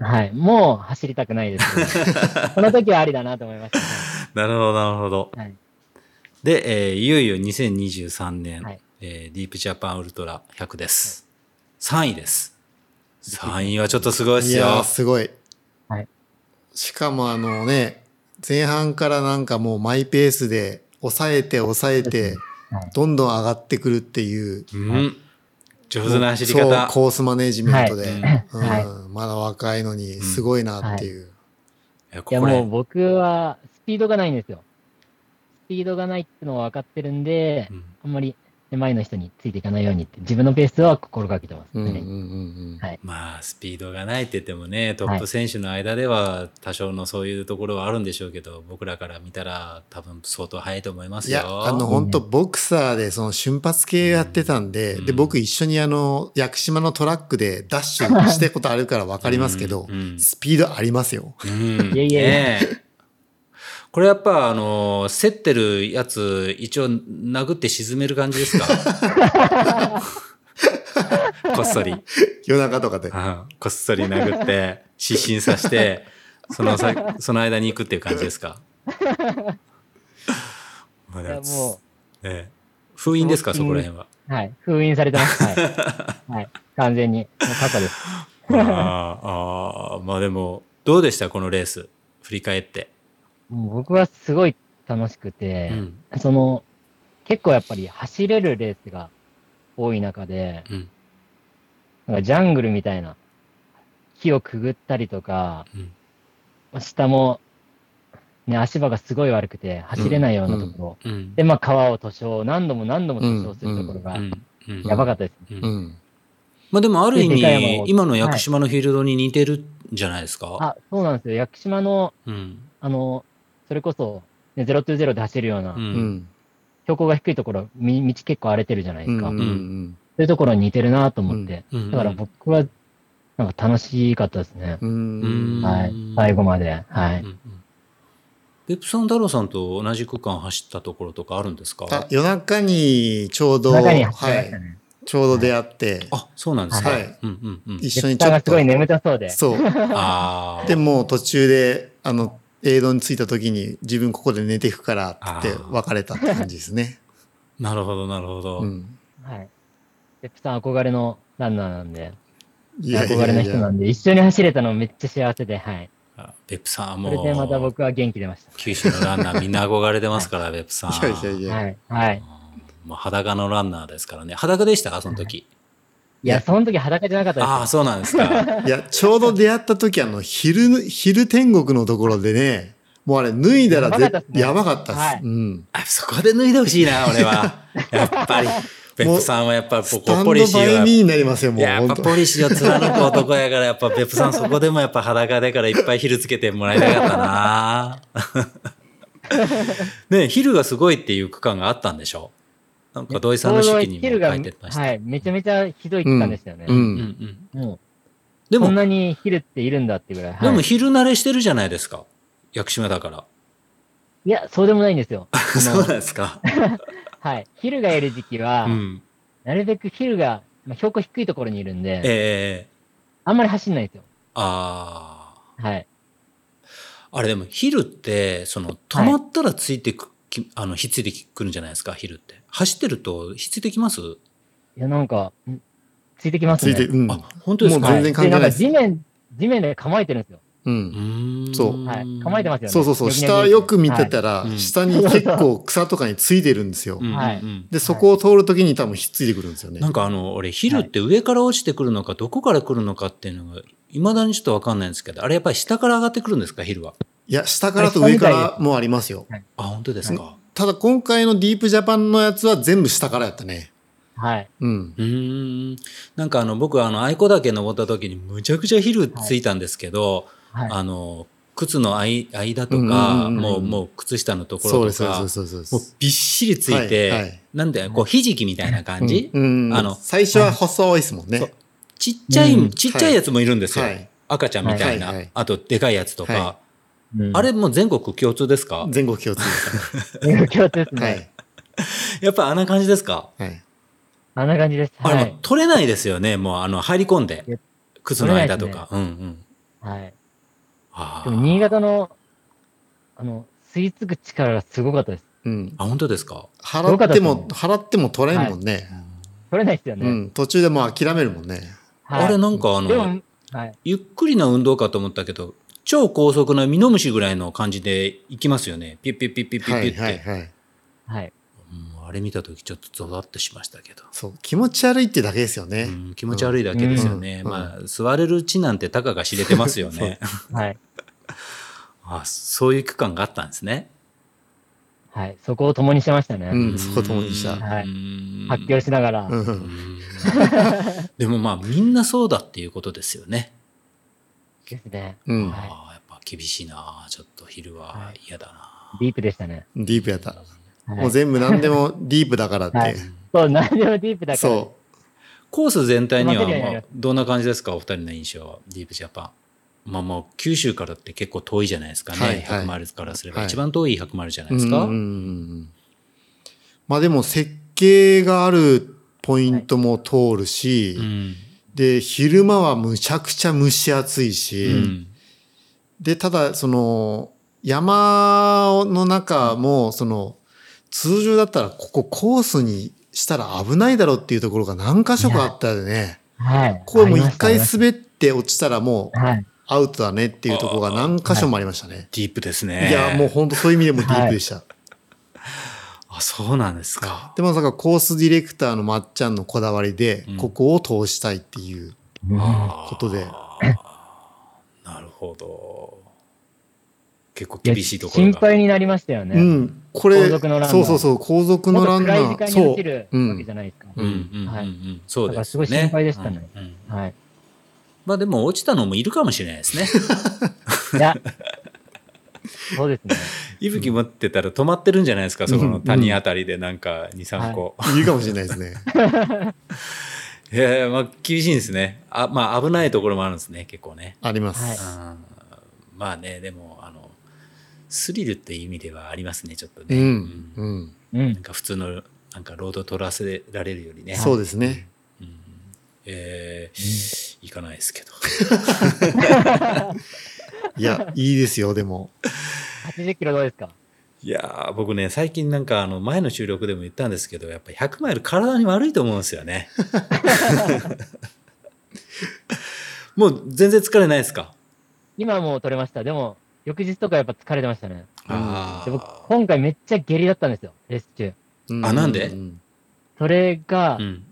はい。もう走りたくないですけ ど。この時はありだなと思いましたね。
なるほど、なるほど。
はい
で、えーいよいよ2023年、
はい
えーディープジャパンウルトラ100です。3位です。3位はちょっとすごいで
い
すよ。
やー、すごい。
はい
しかもあのね、前半からなんかもうマイペースで、抑えて抑えて
はい、
どんどん上がってくるっていう。
うん。上手な走り方。
そうコースマネジメントで、
はい
うん
はい
まだ若いのにすごいなってい
い
う、
や、
いや
こ
もう
れ。
僕はスピードがないんですよ。スピードがないってのは分かってるんで
う、ん
あんまり前の人についていかないようにって自分のペースは心がけてます、
うんうんうん
ね。
うん
はい
まあ、スピードがないって言ってもね、トップ選手の間では多少のそういうところはあるんでしょうけど、僕らから見たら多分相当速いと思います
い
よ。
やあの本当ボクサーでその瞬発系やってたんで、
うん
で僕一緒にあの屋久島のトラックでダッシュしてことあるから分かりますけど、
うんうん
スピードありますよ
うん、
いやいやいや
ねえこれやっぱ、あのー競ってるやつ、一応殴って沈める感じですか こっそり。
夜中とかで。
うんこっそり殴って、失神させて、そのさ、その間に行くっていう感じですかまあ
い
で
や
も
も
ええ封印ですか、そこら辺は。
う、はい。封印されてます。 はい。はい。完全に。もう過去です。
ああ、ああまあでも、どうでしたこのレース。振り返って。
もう僕はすごい楽しくて、
うん。
その、結構やっぱり走れるレースが多い中で、
うん。
なんかジャングルみたいな、木をくぐったりとか、
うん
まあ下も、ね、足場がすごい悪くて、走れないようなところ。
うん。
で、まあ川を塗装、何度も何度も塗装するところが
う、ん。うん
やばかったです。
うん
うん。
まあでもある意
でかい山
味
を、
今の屋久島のフィールドに似てるんじゃないですか、
あ、そうなんですよ。屋久島の、
うん。
あの、それこそ、ね、020で走るような
う、。
うんん。
標高が低いところ、み道結構荒れてるじゃないで
う
す
ん。
か。
う
そ
ん。
ういうところに似てるなと思って。
うん
だから僕は、なんか楽しかったですね。
うん。
うん
はい。最後まで。は
うん
い。
うん別府さん太郎さんと同じ区間走ったところとかあるんですか
あ夜中にちょうど、
中に走り
は
ました
い、
ね。
ちょうど出会って、
あ、そうなんですか。
はい
うんうんうん。
一緒
レッ
に
タ
ちょ
が
っ
す
と
ごい、眠たそうで。
そう。
ああ。
で、もう途中で、あの、映像に着いた時に自分ここで寝ていくからって言って
あー
別れたって感じですね。
なるほど、なるほど。
うん。
はい。ペップさん憧れのランナーなんで、
いやい
憧れの
やい
人な
や。
んで、一緒に走れたのめっちゃ幸せで、はい。
あ別府さんは
それでまた
もう、
僕は元気出まし
九州のランナーみんな憧れてますから、別府さん。
いやいやい
た。
や。
はい。はい。
まあ、裸のランナーですからね。裸でしたか、その時。
いや、その時裸じゃなかったです。
ああ、そうなんですか。
いや、ちょうど出会った時、あの、昼、昼天国のところでね、もうあれ、脱いだら
やばかったっすね
やばかったっす。
はい
うん。
あそこで脱いでほしい な、俺は。やっぱり。別府さんはやっぱ、
ス
こ
タ
こ
ンド
ポ
バ
リシー
イ
は
ミーになりますよ、
い
もう、
ややっぱ
本当
ポリシーを貫く男やから、やっぱ別府さんそこでもやっぱ裸だからいっぱいヒルつけてもらいたかった なねえヒルがすごいっていう区間があったんでしょなんか土井さんの手記にも
ちょうど
書いて
ヒル
ま
が、
した。
はい、めちゃめちゃひどい期間でしたよね。
う。
うんん
もう
うん、で
こん
も、
なにヒルっているんだってぐらい。はい
でも昼慣れしてるじゃないですか。屋久島だから。
いや、そうでもないんですよ。あ
そう
の
なんですか。
はい。ヒルがいる時期は、
うん。
なるべくヒルが、まあ、標高低いところにいるんで、
ええ
あんまり走んないんですよ。
ああ。
はい。
あれでも昼って、その止まったらついてく、きあの、ひっついてくるんじゃないですか、昼って。走ってるとひっついてきます
いや、なんか、んついてきます
つ
ね。
いて、うん。
あ、本当ですか
もう全然関係ない
で
で
んか
す
地面、地面で構えてるんですよ。
う。
うんーん
そう
はい。構えてますよね。
そうそうそう。
よくね
下よく見て
は
たら
う、ん
下に結構草とかについてるんですよ
う。んうんうん
はい
で、そこを通るときに多分ひっついてくるんですよね
な。んかあの、俺、ヒルって上から落ちてくるのか、どこから来るのかっていうのが、いまだにちょっとわかんないんですけど、あれやっぱり下から上がってくるんですか、ヒルは。
いや、下からと上からもありますよ。
あ、本当ですか。
ただ、今回のディープジャパンのやつは全部下からやったね。
いはい。
うん。
うーん。なんかあの、僕、あの、愛子岳登った時に、むちゃくちゃヒルついたんですけど、
はい。
あの、靴の間間と
う
か、
んうんうんうん
もう、もう靴下のところ
そうで
と
す、そう
か
です、、そうですそうです。
もうびっしりつい
はいは
て
い、
なんだよ、こう、ひじきみたいな感じ
うん、
あの
最初は細いですもんね。
そうちっちゃい、
うん
ちっちゃいやつもいるんですよ。
はい
赤ちゃんみたいな、
はいはいはい
あとでかいやつとか。
は
うん
あれもう全国共通ですか
全国共通ですか
共通です
ら。は
ね。
い。
やっぱあんな感じですか、
はい。
あんな感じです。は
あれ
い
もう。取れないですよね。もうあの入り込んで
いや。
靴の間とか。うんうん。
はい。
あ
でも、
ー
新潟の、あの、吸い付く力がすごかったです。
うん。
あ、本当ですか
よか
払
っ
ったて
と思
も
う、
払っても取れんもんね。
取れないですよね。
うん。途中でもう諦めるもんね。
はい。
あれなんかあ
で
の、
も、はい。
ゆっくりな運動かと思ったけど、超高速なミノムシぐらいの感じで行きますよね。ピュッピュッピュッピュッピュ
は
ッピュ
い
って。
はいはい。
はい。
うんあれ見た時ちょっとゾワッとしましたけど。
そう。気持ち悪いってだけですよね
う。ん、気持ち悪いだけですよね。
うん
まあ、座れる地なんてたかが知れてますよね。
はい。
あそういう区間があったんですね。
はい。そこを共にしましたね。
うんそこ共にした
はい
うん
発狂しながら。
うん。
うんでもまあ、みんなそうだっていうことですよね。
ですね。
うん
はい
ああ、やっぱ厳しいな。ちょっと昼は嫌だな。
ディープでしたね。
ディープやった。
はい
もう全部何でもディープだからって。
はいそう、何でもディープだから。
そ
コース全体には、
まあ
まあどんな感じですか、お二人の印象は、ディープジャパまあまあ、九州からって結構遠いじゃないですかね。
はいはい
100マイルからすれば、
はい
一番遠い100マイルじゃないですか。
うんうんうんうんまあでも設計があるポイントも通るし、
うん
で、昼間はむちゃくちゃ蒸し暑いし、
うん
で、ただ、その、山の中も、その、通常だったらここコースにしたら危ないだろうっていうところが何箇所かあったでね、
はい。
ここもう
ありま
一
した
回滑って落ちたらもう
はい。
アウトだねっていうところが何箇所もありましたね。
ディープですね。
いや、もう。本当そういう意味でもディープでした。
あ、そうなんですか。
でもなんかコースディレクターのまっちゃんのこだわりで
うん、
ここを通したいっていうことで、
なるほど。結構
いや
厳しいところ
心
が。
配になりましたよね。
うん、これ、
後続のランナ
そう
ー
そうそう、後続のランナ
も
ー、
っと暗い時間に
そ
落ちる
う、う
わけじ
ん、
ゃないですか。
うんうんうんうん、
はい
そうです、ね。
だからすごい心配でしたね
うんうん
はい。
まあでも落ちたのもいるかもしれないですね。
いや、そうですね。
息吹持ってたら止まってるんじゃないですか、そこの谷あたりでなんか2、
うん
3個。
いるかもしれないですね。
いやいやまあ厳しいんですね。あまあ危ないところもあるんですね、結構ね。
ありま
は
す。
うんまあね、でも、あの、スリルっていう意味ではありますね、ちょっと
う
ね。
ん、うん、
う
なん
ん。
か普通の、なんかロード取らせられるよりね。
そうですね。
うんえー行かないですけど。
いや、いいですよ、でも。
80キロどうですか
いやー、僕ね、最近なんかあの、前の収録でも言ったんですけど、やっぱ100マイル体に悪いと思うんですよね。 もう全然疲れないですか
今はもう取れました。でも、翌日とかやっぱ疲れてましたね。
あ
で僕
ー、
今回めっちゃ下痢だったんですよ、レース中。
う
あなんで
う
それが、
うん。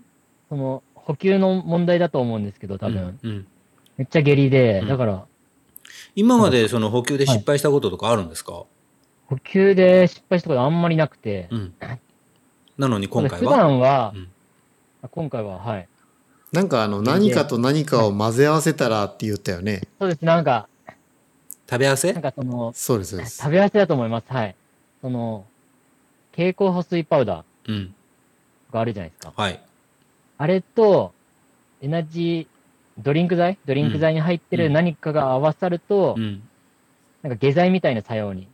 その、補給の問題だと思うんですけど、多分。
うんうん
めっちゃ下痢で、
うん
だから、
今までその補給で失敗したこととかあるんですか、
補給で失敗したことあんまりなくて、
うん。なのに今回
普
は。
段は、
うん
あ今回は、はい。
なんかあの、何かと何かを混ぜ合わせたらって言ったよね。
そうです、なんか、
食べ合わせ
なんかその、
そうです、そうです。
食べ合わせだと思います、はい。その、蛍光補水パウダ
うん。
ーがあるじゃないですか。
はい。
あれと、エナジー、ドリンク剤ドリンク剤に入って
う
る
ん
何かが合わさると、
うん。
なんか下剤みたいな作用に。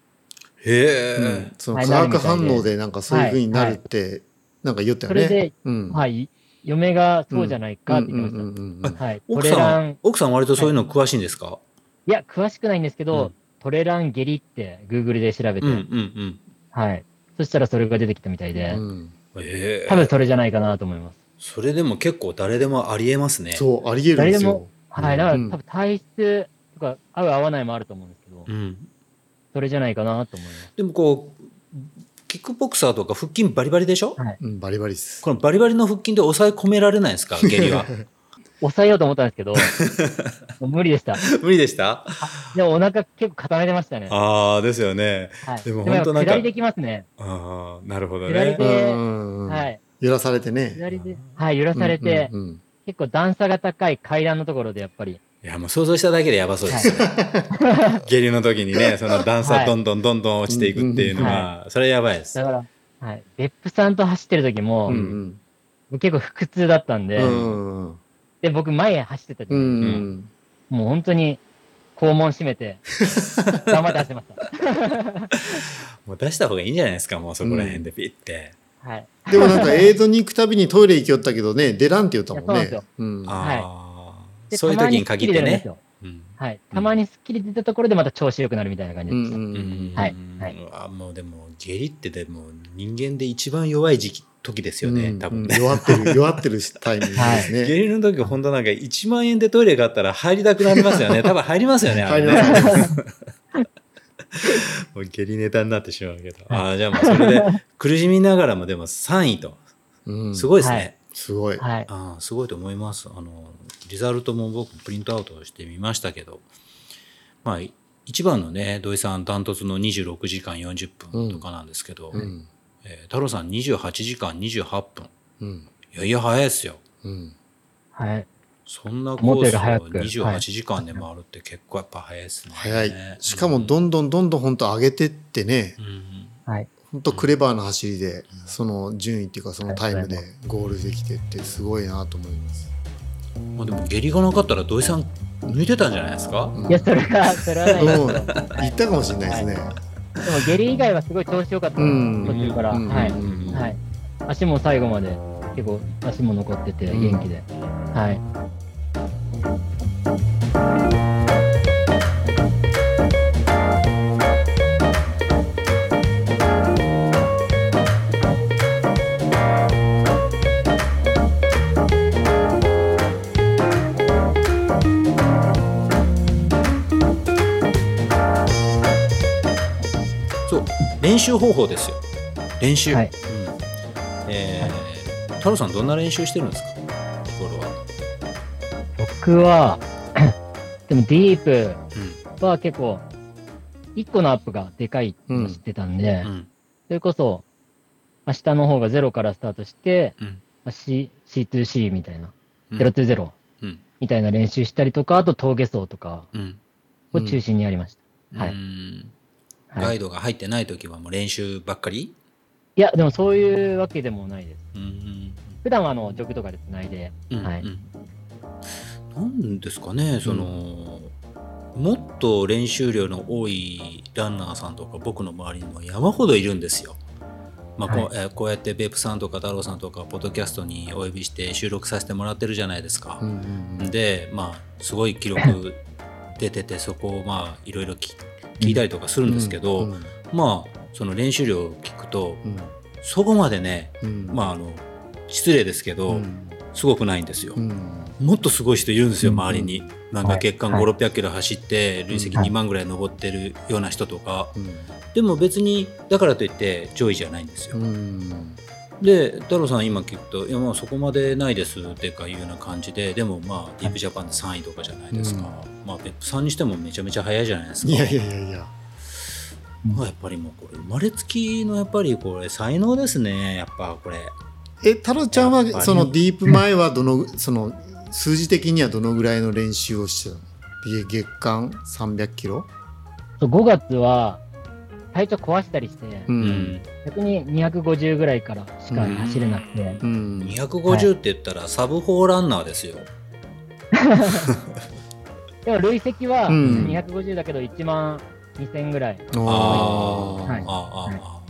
へえ、
うん、その
はい
化学反応でなんかそういう風になるって、なんか言ったよね。
それで
うん。
はい。嫁がそうじゃないかって
うん
言
う
っ
ん
て
うんうんう
まし
あ
ん
た。はい。ト
奥
レ
さん
ラ
は
ン、、
奥さん割とそういうの詳しいんですか、
いや、詳しくないんですけ
う
ど、
ん
トレラン下痢って Google で調べて、
うんうんうん。
はい。そしたらそれが出てきたみたいで、
うん
ええ
多分それじゃないかなと思います。
それでも結構誰でもありえますね。
そう、あり得るんですよ。
はい。だから、
うん
多分体質とか合う合わないもあると思うんですけど、
うん。
それじゃないかなと思います。
でもこう、キックボクサーとか腹筋バリバリでしょ、
はい
うん、バリバリです。
このバリバリの腹筋で抑え込められないですか下痢は。
抑えようと思ったんですけど、もう無理でした。
無理でした
でもお腹結構固めてましたね。は
ああ、ですよね。
い。
で
で
も
も
本当なんか
下りできますね。
ああ、なるほど
下り
う
で
んうんうん
はい。
揺らされてね。
下りで、はい、揺らされて、
うんうんうん
結構段差が高い階段のところでやっぱり、
いや、もう想像しただけでやばそうですよね。 下痢の時にね、その段
は
差
い
どんどんどんどん落ちていくっていうのは、それはやばいです
だ。から、はい、別府さんと走ってる時も、
うんうん
結構腹痛だったんで、
うん
で、僕前走ってた時、
うんうん
もう本当に肛門閉め て、頑張って走ってました。
もう出した方がいいんじゃないですか、もうそこら辺でピッて。
はい。
でもなんかエイドに行くたびにトイレ行きよったけどね、出らんって言ったもん
い
ね
やそうなんです。
うん
あ
はい
あ、
で
そういう時に限って。
たまにスッキリ出るんです
ね。
よ
うん
はい。たまにスッキリ出たところでまた調子良くなるみたいな感じ
う
で
ん
し
う
た。
んうん
はいはい
あもうでも下痢ってでも人間で一番弱い時期時ですよね、多分
う
ね
ん、弱ってる、弱ってるタイミングです ね。
下痢の時本当なんか1万円でトイレがあったら入りたくなりますよね多分入りますよねあ
入
れ
り
ね
ます ね
もう下痢ネタになってしまうけどあーじゃあもうそれで苦しみながらもでも3位と
うん
すごいですね、
はい
すごい。
はい。
あーすごいと思いますあのリザルトも僕プリントアウトしてみましたけどまあ一番のね土井さんダントツの26時間40分とかなんですけど、
うん。
えー太郎さん28時間28分
うん。
いやいや早いですよ
うん。
はい。
そんなコ
思っ
ース
たより早
を
く
28時間で回るって結構やっぱ早いですね
早い。しかもど
ん、
んどんどんどん本当上げてってね
う、ん
はい。
本当クレバーな走りで、その順位っていうかそのタイムでゴールできてってすごいなと思います。
まあ、でも下痢がなかったら土井さん抜いてたんじゃないですか、
うん
いや、それは、それはないです
どう行ったかもしれないですね。
でも下痢以外はすごい調子良かった
うん
途中から、
うん
はい、
うん
はい、足も最後まで結構足も残ってて
うん
元気で、はい
そう練習方法ですよ練習、
はい
うんえー、太郎さんどんな練習してるんですか日頃は、
僕は でもディープは結構1個のアップがでかいって知ってたんで、
うんうん
それこそ、まあ、下の方が0からスタートして、
うん
まあ C、C2C みたいな、
うん
020
うん
みたいな練習したりとか、あと峠走とか
うん
を中心にやりましは
う
い
ん
た。は
ガ
い、
イドが入ってない時はもう練習ばっかり、
いや、でもそういうわけでもないです。
うん
普段はあの、ジョグとかでつないで、
うん
はい
うんなんですかねその、もっと練習量の多いランナーさんとか僕の周りにも山ほどいるんですよ。まあこうえーこうやってベープさんとか太郎さんとかポッドキャストにお呼びして収録させてもらってるじゃないですか。
うんうんうん
でまあすごい記 録出ててそこをまあいろいろき聞いたりとかするんですけど、
うん
まあその練習量を聞くと
うん
そこまでね
うん
まああの失礼ですけど、
うん
すごくないんですよ
う。ん
もっとすごい人いるんですよ、
うん
周りに。なんか月間
はい
5、600キロ走って、累積
はい
2万ぐらい登ってるような人とか。
うん
でも別に、だからといって上位じゃないんです
う
よ。
ん
で、太郎さん今聞くと、いやまあそこまでないですっていうかいうような感じで、でもまあディープジャパンで3位とかじゃないですか。まあ別府さんにしてもめちゃめちゃ速いじゃないですか。
いやいやいやいや。
まあやっぱりもうこれ、生まれつきのやっぱりこれ、才能ですね、やっぱこれ。
え、太郎ちゃん
やっぱ
は
り
そのディープ前はどのその数字的にはどのぐらいの練習をしてたの？で月間300キロ？
そう5月は、体調壊したりして、
うん
逆に250ぐらいからしか走れなくて、
う
う
ん
ん
250って言ったらサブ4ランナーですよ。
でも累積は
うん
250だけど1万2000ぐらい。
あー、
はい
あーあー
はい
あー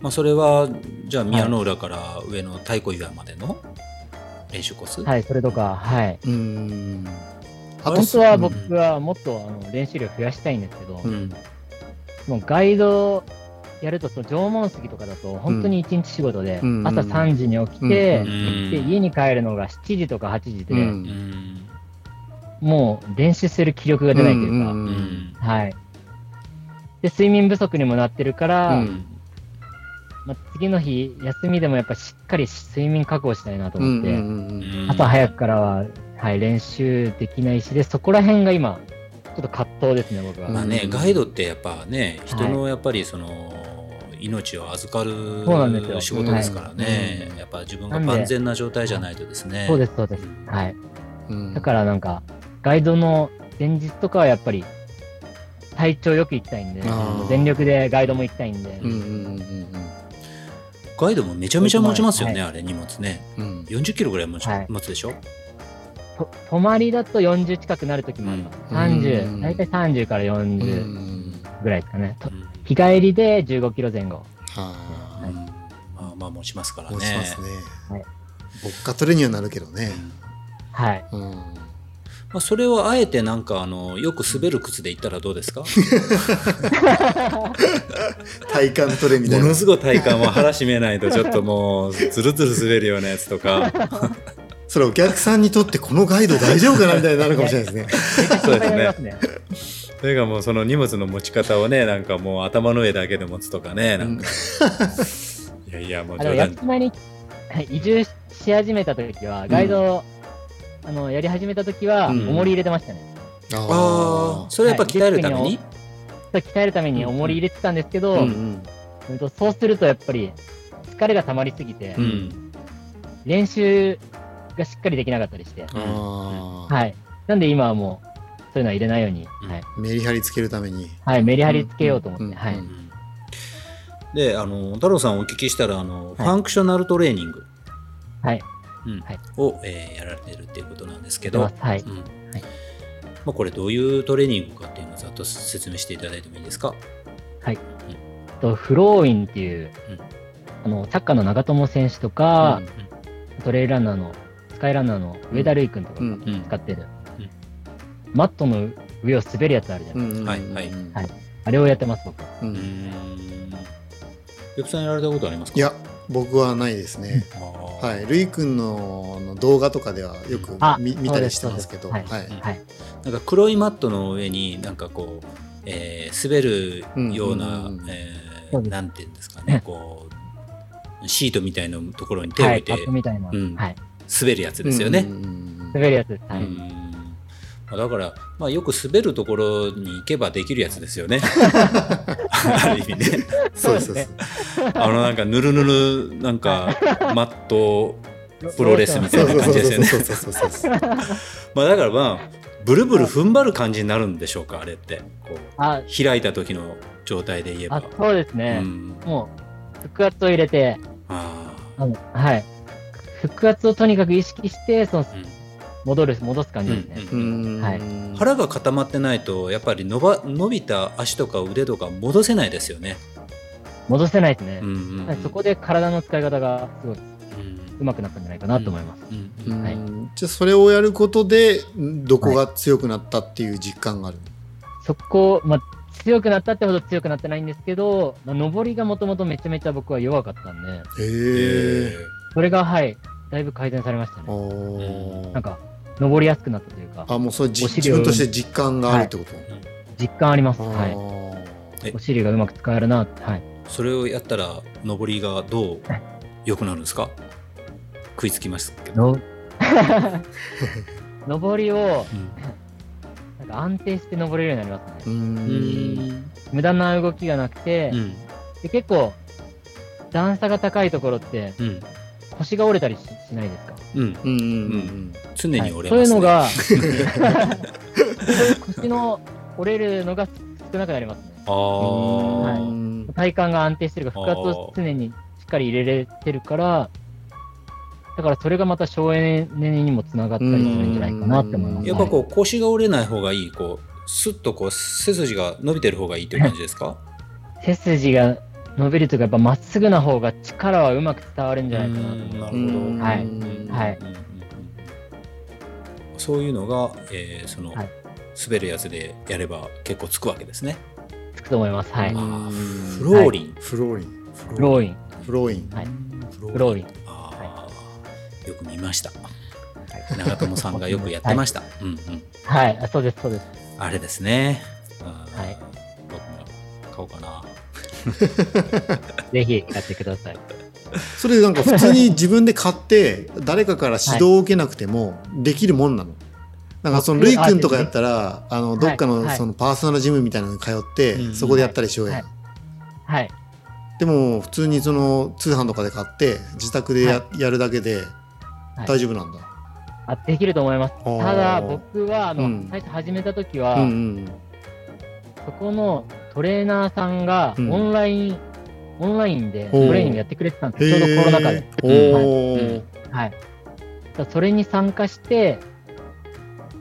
まあそれはじゃあ宮の浦から上の太鼓岩までの練習コース、
はい、それとか、はい。
ーうん。あ
あ
本当は
うん
僕はもっとあの練習量増やしたいんですけど、
うん
もうガイドやると、その縄文杉とかだと、本当に一日仕事で、
うん
朝3時に起きて、
うん
で、家に帰るのが7時とか8時で、
うん
うん
もう練習する気力が出ないというか、
うん
うん
はい。で、睡眠不足にもなってるから、
う
うんん
まあ、次の日、休みでもやっぱしっかり睡眠確保したいなと
う
思っ
ん
て、
うん
朝早くからは、はい、練習できないしで、そこら辺が今、ちょっと葛藤ですね、僕は。
うん
まあね
うん
ガイドってやっぱね人のやっぱりその、命を預かる
そうなんですよ
仕事ですからね、
はい
やっぱ自分が万全な状態じゃないとですね。
そうです、そうです。はい。
うん
だからなんか、ガイドの前日とかはやっぱり、体調よく行きたいんで
あー、
全力でガイドも行きたいんで
う、んうんうん
ガイドもめちゃめちゃ持ちますよね、
は
あれ荷物ね。
うん
40キロぐらい持ち、
はい
持つでしょ
と泊まりだと40近くなるときもあります。
うん
30、だいたい30から
うん。う
40
ん
ぐらいですかね。と
うん
日帰りで15キロ前後。
は
うんまあまあ持ちますから
あ。
ね。
持ちますね
はい。
ボッカトレにはなるけどね。
はい。
うん。
まあ、それはあえてなんかあのよく滑る靴で行ったらどうですか
体幹ト レみた
も
いな
の。すごい体幹は腹締めないとちょっともうズルズル滑るようなやつとか
それお客さんにとってこのガイド大丈夫かなみたいになるかもしれないですね。
そうで
心配
す
になり
ね
ますね。
それがもうその荷物の持ち方をねなんかもう頭の上だけで持つとかねなんか、いやいやもう
あでも、
冗
屋
談
久島にはい移住し始めたときは、ガイド、あの、やり始めたときは、
うん
重り入れてましたね。
ああそれはやっぱ鍛えるために、
それ鍛えるために重り入れてたんですけど、
うんうん
うんとそうするとやっぱり疲れが溜まりすぎて、
うん
練習がしっかりできなかったりして、
あー
はい。なんで今はもう、そういうのは入れないように、
うん
はい。
メリハリつけるために。
はい、メリハリつけようと思って、
うんうんうん
はい。
うんであの太郎さんお聞きしたらあの、
い
ファンクショナルトレーニング
はい。
うん
はい
を、えーやられてるっていうことなんですけ
や
ど、
ってますはい
うん
はい
まあ、これどういうトレーニングかっていうのをざっと説明していただいてもいいですか
とフローインっていう、
うん
あのサッカーの長友選手とか
うん、
トレイルランナーのスカイランナーの上田瑠衣君とか
う
が
ん
うん
使ってる、
うん
マットの上を滑るやつあるじゃない、
うんうん
はいはい
うん
はいあれをやってます僕
う
うんんよくさんやられたことありますか
いや僕はないですね。
あー
はい、るいくんのあの動画とかではよく
あ
見見た
そう
り
で
し
す
てますけど、
そう
は
で
い、
すはい
なんか黒いマットの上になんかこう、えー滑るような、
うんうんうん
えー
そうです
なんていうんですかねこうシートみたいなところに手を
は
置い
い
て
パックみたいな、
うん
はい
滑るやつですよね。
うんうんうんうん
滑るやつです、はい
うんまあだから、まあ、よく滑るところに行けばできるやつですよね。ある意味ね。
そうですそうです。
あのなんかぬるぬるなん かマットプロレスみた
そ
いうな
そう
感じ
そう
ですよね。
そうそうそうそう。
まあだからまあブルブル踏ん張る感じになるんでしょうかあれってこ
あ
う開いた時の状態で言えば
あ。そうです
う
ね、
ん、
もう腹圧を入れて
あ
あのはい腹圧をとにかく意識してその
ー
戻る戻す感
うん
じですね、
う
うん
うん
ん
はい
腹が固まってないとやっぱり伸ば伸びた足とか腕とか戻せないですよね。
戻せないですね
う、んうん
はいそこで体の使い方がすごい
うん
上手くなったんじゃないかなと思います、
うんうん
うん
はい
じゃあそれをやることでんどこが強くなったっていう実感がある。
そこ、まあ、強くなったってほど強くなってないんですけど、まあ、上りがもともとめちゃめちゃ僕は弱かったんで、
へえ。
それがはい、だいぶ改善されましたね。
おー
なんか、上りやすくなったというか、
あもうそれじ
お尻
自
を
分として実感があるってこと。
実感あります。
あー
はい。
え
お尻がうまく使えるなって、はい。
それをやったら上りがどう良くなるんですか食いつきますけど。
の 上りを、なんか安定して上れるようになります
う。
ね。
うん
無駄な動きがなくて、
うん
で結構、段差が高いところって
うん
腰が折れたりししないですか
うん
うんうん
常
は
に
い
折れ
そう
ま
いう
すね。
の が、そういう腰の折れるのが少なくなりますね。
あ
う
あ。
はい
ん。
体幹が安定してるから、腹圧を常にしっかり入れれてるから、だからそれがまた省エネにもつながったりするんじゃないかなって思います。
やっぱこう腰が折れない方がいい、こう、スッとこう背筋が伸びてる方がいいという感じですか
はい背筋が伸びるというか、やっぱまっすぐな方が力はうまく伝わるんじゃないかなと思います。
うん
なる
うん
はい
うんうんうんそういうのが、えーその、
はい
滑るやつでやれば結構つくわけですね。
つくと思います。はい。
あーフ
フ
ローリン。
フローリン。
フローイン。
フローイン。
はい
フ
フローイン。
あーよく見ました。長友さんがよくやってました。うんうん、
はい。あそうです、そうです。
あれですね。あー
はい
僕も買おうかな。
ぜひやってください。
それなんか普通に自分で買って誰かから指導を受けなくてもできるもんなの。なんかその
僕
ルイ君とかやったらあのどっかの
はい
そのパーソナルジムみたいなのに通って、
うん
そこでやったりしようやん、
はいはい。
でも普通にその通販とかで買って自宅でや,、
は
やるだけで
はい
大丈夫なんだ。
あできると思います。
あー
ただ、僕は、あの、
うん
最初始めた時は、
うんうん
そこのトレーナーさんが、
うん
オンライン、オンラインで
お
ト
ー
レーニングやってくれてたんですよ。ちょうどコロナ禍で。
おおー、
はい。だからそれに参加して、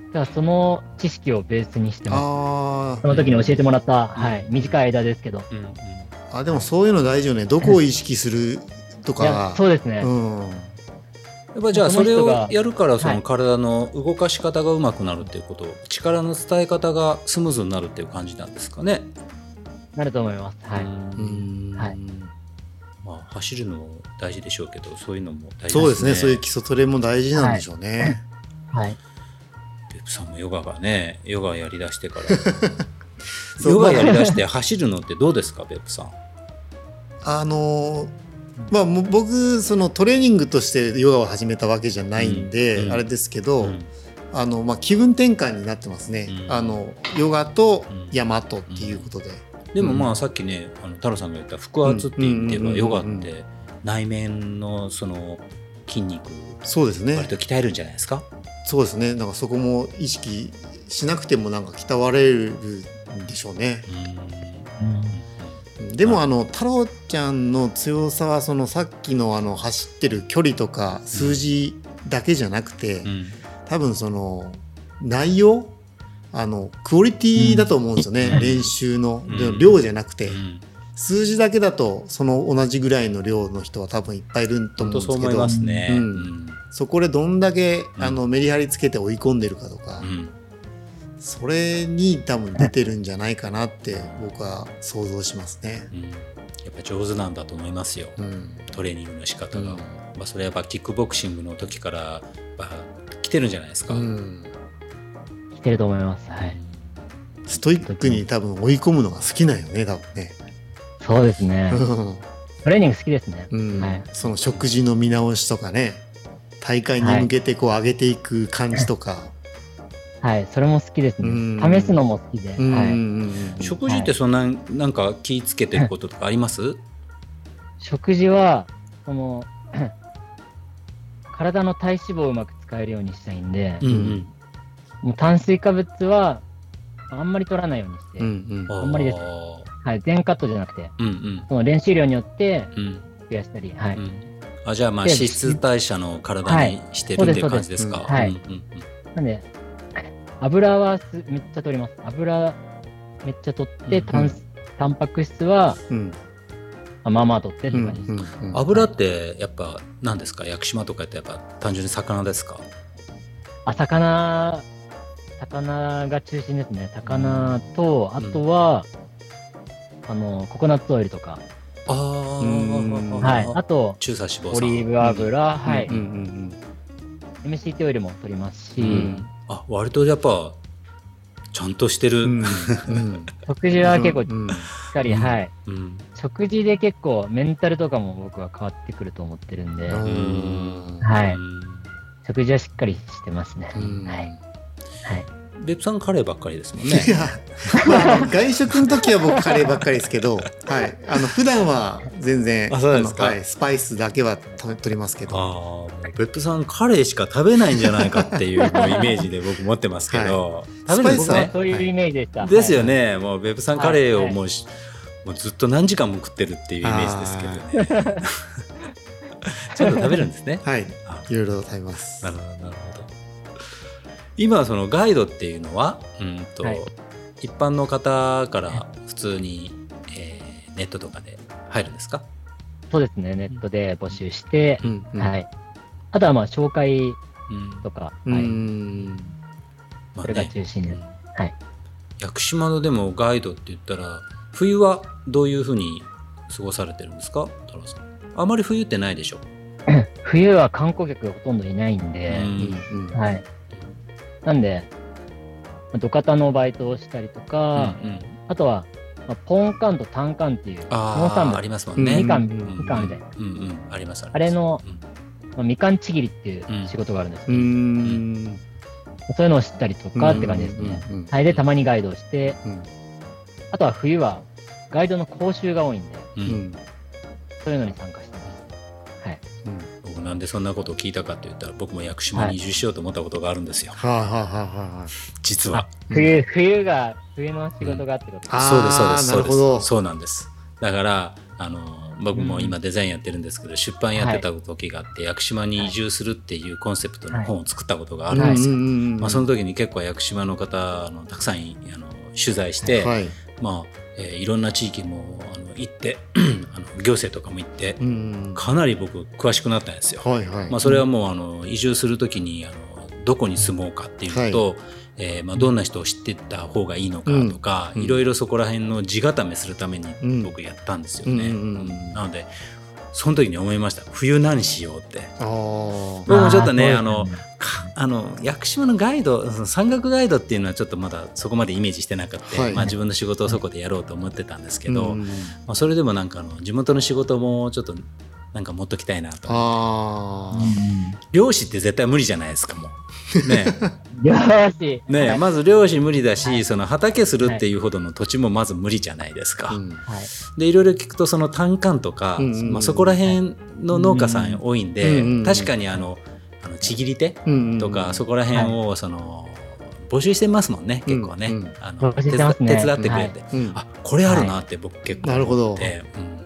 だからその知識をベースにしてます。
あ
その時に教えてもらった、はい、短い間ですけど。
うんうん
ーあでもそういうの大事よねどこを意識すると
いや
か、
そうですね。
うん、
やっぱじゃあ
そ
そ
の
れ
人が
をやるからそ
は
の
い
体の動かし方がうまくなるっていうこと、力の伝え方がスムーズになるっていう感じなんですかね。
なると思います。は
う
い。
ん
うん
はい
まあ走るのも大事でしょうけど、そういうのも大事ですね。
そうですねそういう基礎トレも大事なんでしょうね。
はい。
ペップさんもヨガがね、ヨガやりだしてから。
そう
ヨガやりだして走るのってどうですか、ペップさん。
あのーまあ、もう僕そのトレーニングとしてヨガを始めたわけじゃないんで、
うん
あれですけど、
うん
あのまあ、気分転換になってますね、
うん
あのヨガとヤマトっていうことで、
でもま
う
あさっきね、あの太郎さんが言った腹圧って言って
うんうん
ば
うん
ヨガって内面のその筋肉
そうです
割
ね
と鍛えるんじゃないですか。
そうですねなんかそこも意識しなくてもなんか鍛われるんでしょうね
うん
で
は
もあの太郎ちゃんの強さはそのさっきのあの走ってる距離とか数字だけじゃなくて、
うん
多分その内容あのクオリティだと思うんですよね、練習の、
うん
で量じゃなくて、
うん
数字だけだとその同じぐらいの量の人は多分いっぱいいると
本
思うん
当
です
そう
け
思い
ど
ますね。
う
うんん
そこでどんだけあのメリハリつけて追い込んでるかとか、
うん
それに多分出てるんじゃないかなって僕は想像しますね。
うんやっぱ上手なんだと思いますよ、
うん
トレーニングの仕
う
方が。
ん
まあ、それはやっぱキックボクシングの時からやっぱ来てるんじゃないですか。
うん
来てると思います。はい。
ストイックに多分追い込むのが好きなんよね多分ね。
そうです ね。トレーニング好きですね。
うん
はい
その食事の見直しとかね大会に向けてこう上げていく感じとか。
はい。それも好きです
うん
ね。試すのも好きで。
うんうんう
はい。
んうん
食事ってそんな,、なんか気ぃつけてることとかあります
食事は、その、 体の体脂肪をうまく使えるようにしたいんで、
うん
もう炭水化物は、あんまり取らないようにして、
うん
うん
あんまりです
あ
はい。全カットじゃなくて、
ーうん
その練習量によって
うんうん
増やしたり、はい。
うんあじゃあまあ
で
脂質代謝の体にしてる
はい
っていう感じですか。
そう
ですそうで
うんうんうん
なんで、 油はすめっちゃ取ります。油めっちゃ取って、
うんう
炭
ん
タンパク質は
うん
あまあまあ取ってって
うん
感じです。
うんうん
油ってやっぱ何ですか屋久島とかってやっぱ単純に魚ですか
あ、魚、魚が中心ですね。魚と、あとは、あの、ココナッツオイルとか、
ああ、
うん
はい。あと、
中鎖脂肪酸
オリーブ油、
うん
はい、
うんうんうん
MCT オイルも取りますし、
うんうんあ割とやっぱちゃんとしてる、
うん
食事は結構し
うん
っかり、
うん
はい。
うん
食事で結構メンタルとかも僕は変わってくると思ってるんで、
うん
はい
うん
食事はしっかりしてますね。
うん
はい。はい。
別府さんカレーばっかりですもん
い
ね。
や、まあ、外食の時は僕カレーばっかりですけど、はい、あの普段は全然
あそうですか
あのはい、スパイスだけは取りますけどは
ああ、別府さんカレーしか食べないんじゃないかっていうもうイ メージで僕持ってますけど、食べるんで
ス
す
僕
パイ
は
ね
ス。
そういうイメージでした。
ですよね、もう別府さんカレーを
はい
もうし、もうずっと何時間も食ってるっていうイメージですけどね。 ちゃんと食べるんですね。
い
あ
いろいろ食べます
なるほどなるほど。今そのガイドっていうのは、うんと、
はい
一般の方から普通に、えーネットとかで入るんですか？
そうですね。ネットで募集して、
うんうん
はい。あとはまあ紹介
うん。
とか、
う
はい。
ん
ま
それが中心です。はい。
屋久島のでもガイドって言ったら冬はどういうふうに過ごされてるんですか太郎さんあまり冬ってないでしょ、
冬は観光客がほとんどいないんで、
うん
はい。なんで、まあ土方のバイトをしたりとか、
うんうん
あとは、まあ、ポンカンとタンカンっていう、農
あ
産
ああ
物、
りますもんね、
うん
みかん、
うん
みかんみたいな、
うんうんありますあります
あれの
うん
まあみかんちぎりっていう
うん
仕事があるんですけ
う
ど、
ん
そういうのを知ったりとかって感じですね。
うんうんうん
はい。で、たまにガイドをして、
うん
あとは冬はガイドの講習が多いんで、
うん
うん
そういうのに参加してます。はい。
うん
僕なんでそんなことを聞いたかって言ったら僕も屋久島に移住しようと思ったことがあるんですよ、
はいはいはいはい
実は
うん
冬、冬が、冬の仕事がってことです、
あー
そうですそうです
なるほど
そうですそうなんですだからあの僕も今デザインやってるんですけど、出版やってた時があって、屋久島に移住するっていうコンセプトの本を作ったことがあるんですよ、
うんうんうんうん
まあ、その時に結構屋久島の方あのたくさんいあの取材して、
はい
まあえーいろんな地域もあの行って あの行政とかも行って
うん
かなり僕詳しくなったんですよ。
はいはい
まあ、それはもうあの移住する時にあのどこに住もうかっていうのと、えーまあ、どんな人を知ってった方がいいのかとか、
うん
いろいろそこら辺の地固めするために
うん
僕やったんですよね。
うんうんうん
うんなのでその時に思いました冬何しようって。
あー
僕もちょっとね
あー
あのかあの屋久島のガイドその山岳ガイドっていうのはちょっとまだそこまでイメージしてなくて、
はい
まあ、自分の仕事をそこでやろうと思ってたんですけど、
うん
ま
うん
あ、それでもなんかあの地元の仕事もちょっとなんか持っときたいなと
あー
漁師って絶対無理じゃないですかもう。 ね
よーし。
えねえ
はい。
まず漁師無理だし、その畑するっていうほどの土地もまず無理じゃないですか。
うん
はい
でいろいろ聞くとその単管とか、
うんうんうん
まあ、そこら辺の農家さん多いんで、
うんうん
確かにあのあのちぎり手
うんうん
とか、そこら辺をその、募集してますもんね結構ね、
うんうん
あの
募集してますね
手伝手伝ってくれて、
うん
あこれあるなって僕結構
なるほ
思
ど
って、うん、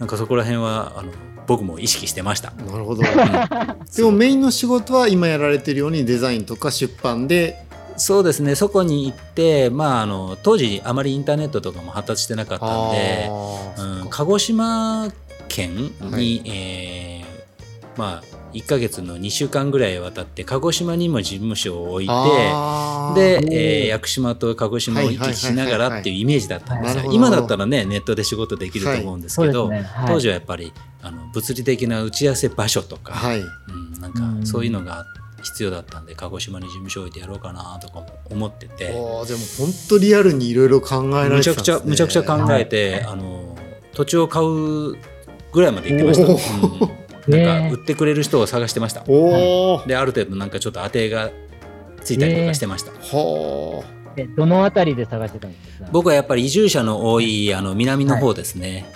なんかそこら辺はあの僕も意識してま した。
なるほど。でもメインの仕事は今やられてるようにデザインとか出版で、
そうですねそこに行って、まあ、あの当時あまりインターネットとかも発達してなかったんで、
ー
うん、鹿児島県に、
はい
えーまあ、1ヶ月の2週間ぐらいわたって鹿児島にも事務所を置いて。
あー
で
お、ー
えー屋久島と鹿児島を行き来しながらっていうイメージだったんです
はい
よ
はいはいはい
今だったらねネットで仕事できると思うんです
そう
け
です
ど、
ね。はい、
当時はやっぱりあの物理的な打ち合わせ場所とか、
はい。
うん、なんかそういうのが必要だったんで鹿児島に事務所置いてやろうかなとかも思ってて
おーでも本当リアルにいろいろ考えられ
む
て
ちゃく
たんです
ち
ね。
ゃむちゃくちゃ考えてあの土地を買うぐらいまで行ってました、うんなん
ねえ
か売ってくれる人を探してました
おお。
である程度なんかちょっと当てがついたりとかしてました、
は
えどのあたりで探してたんですか
僕はやっぱり移住者の多いあの南の方ですね、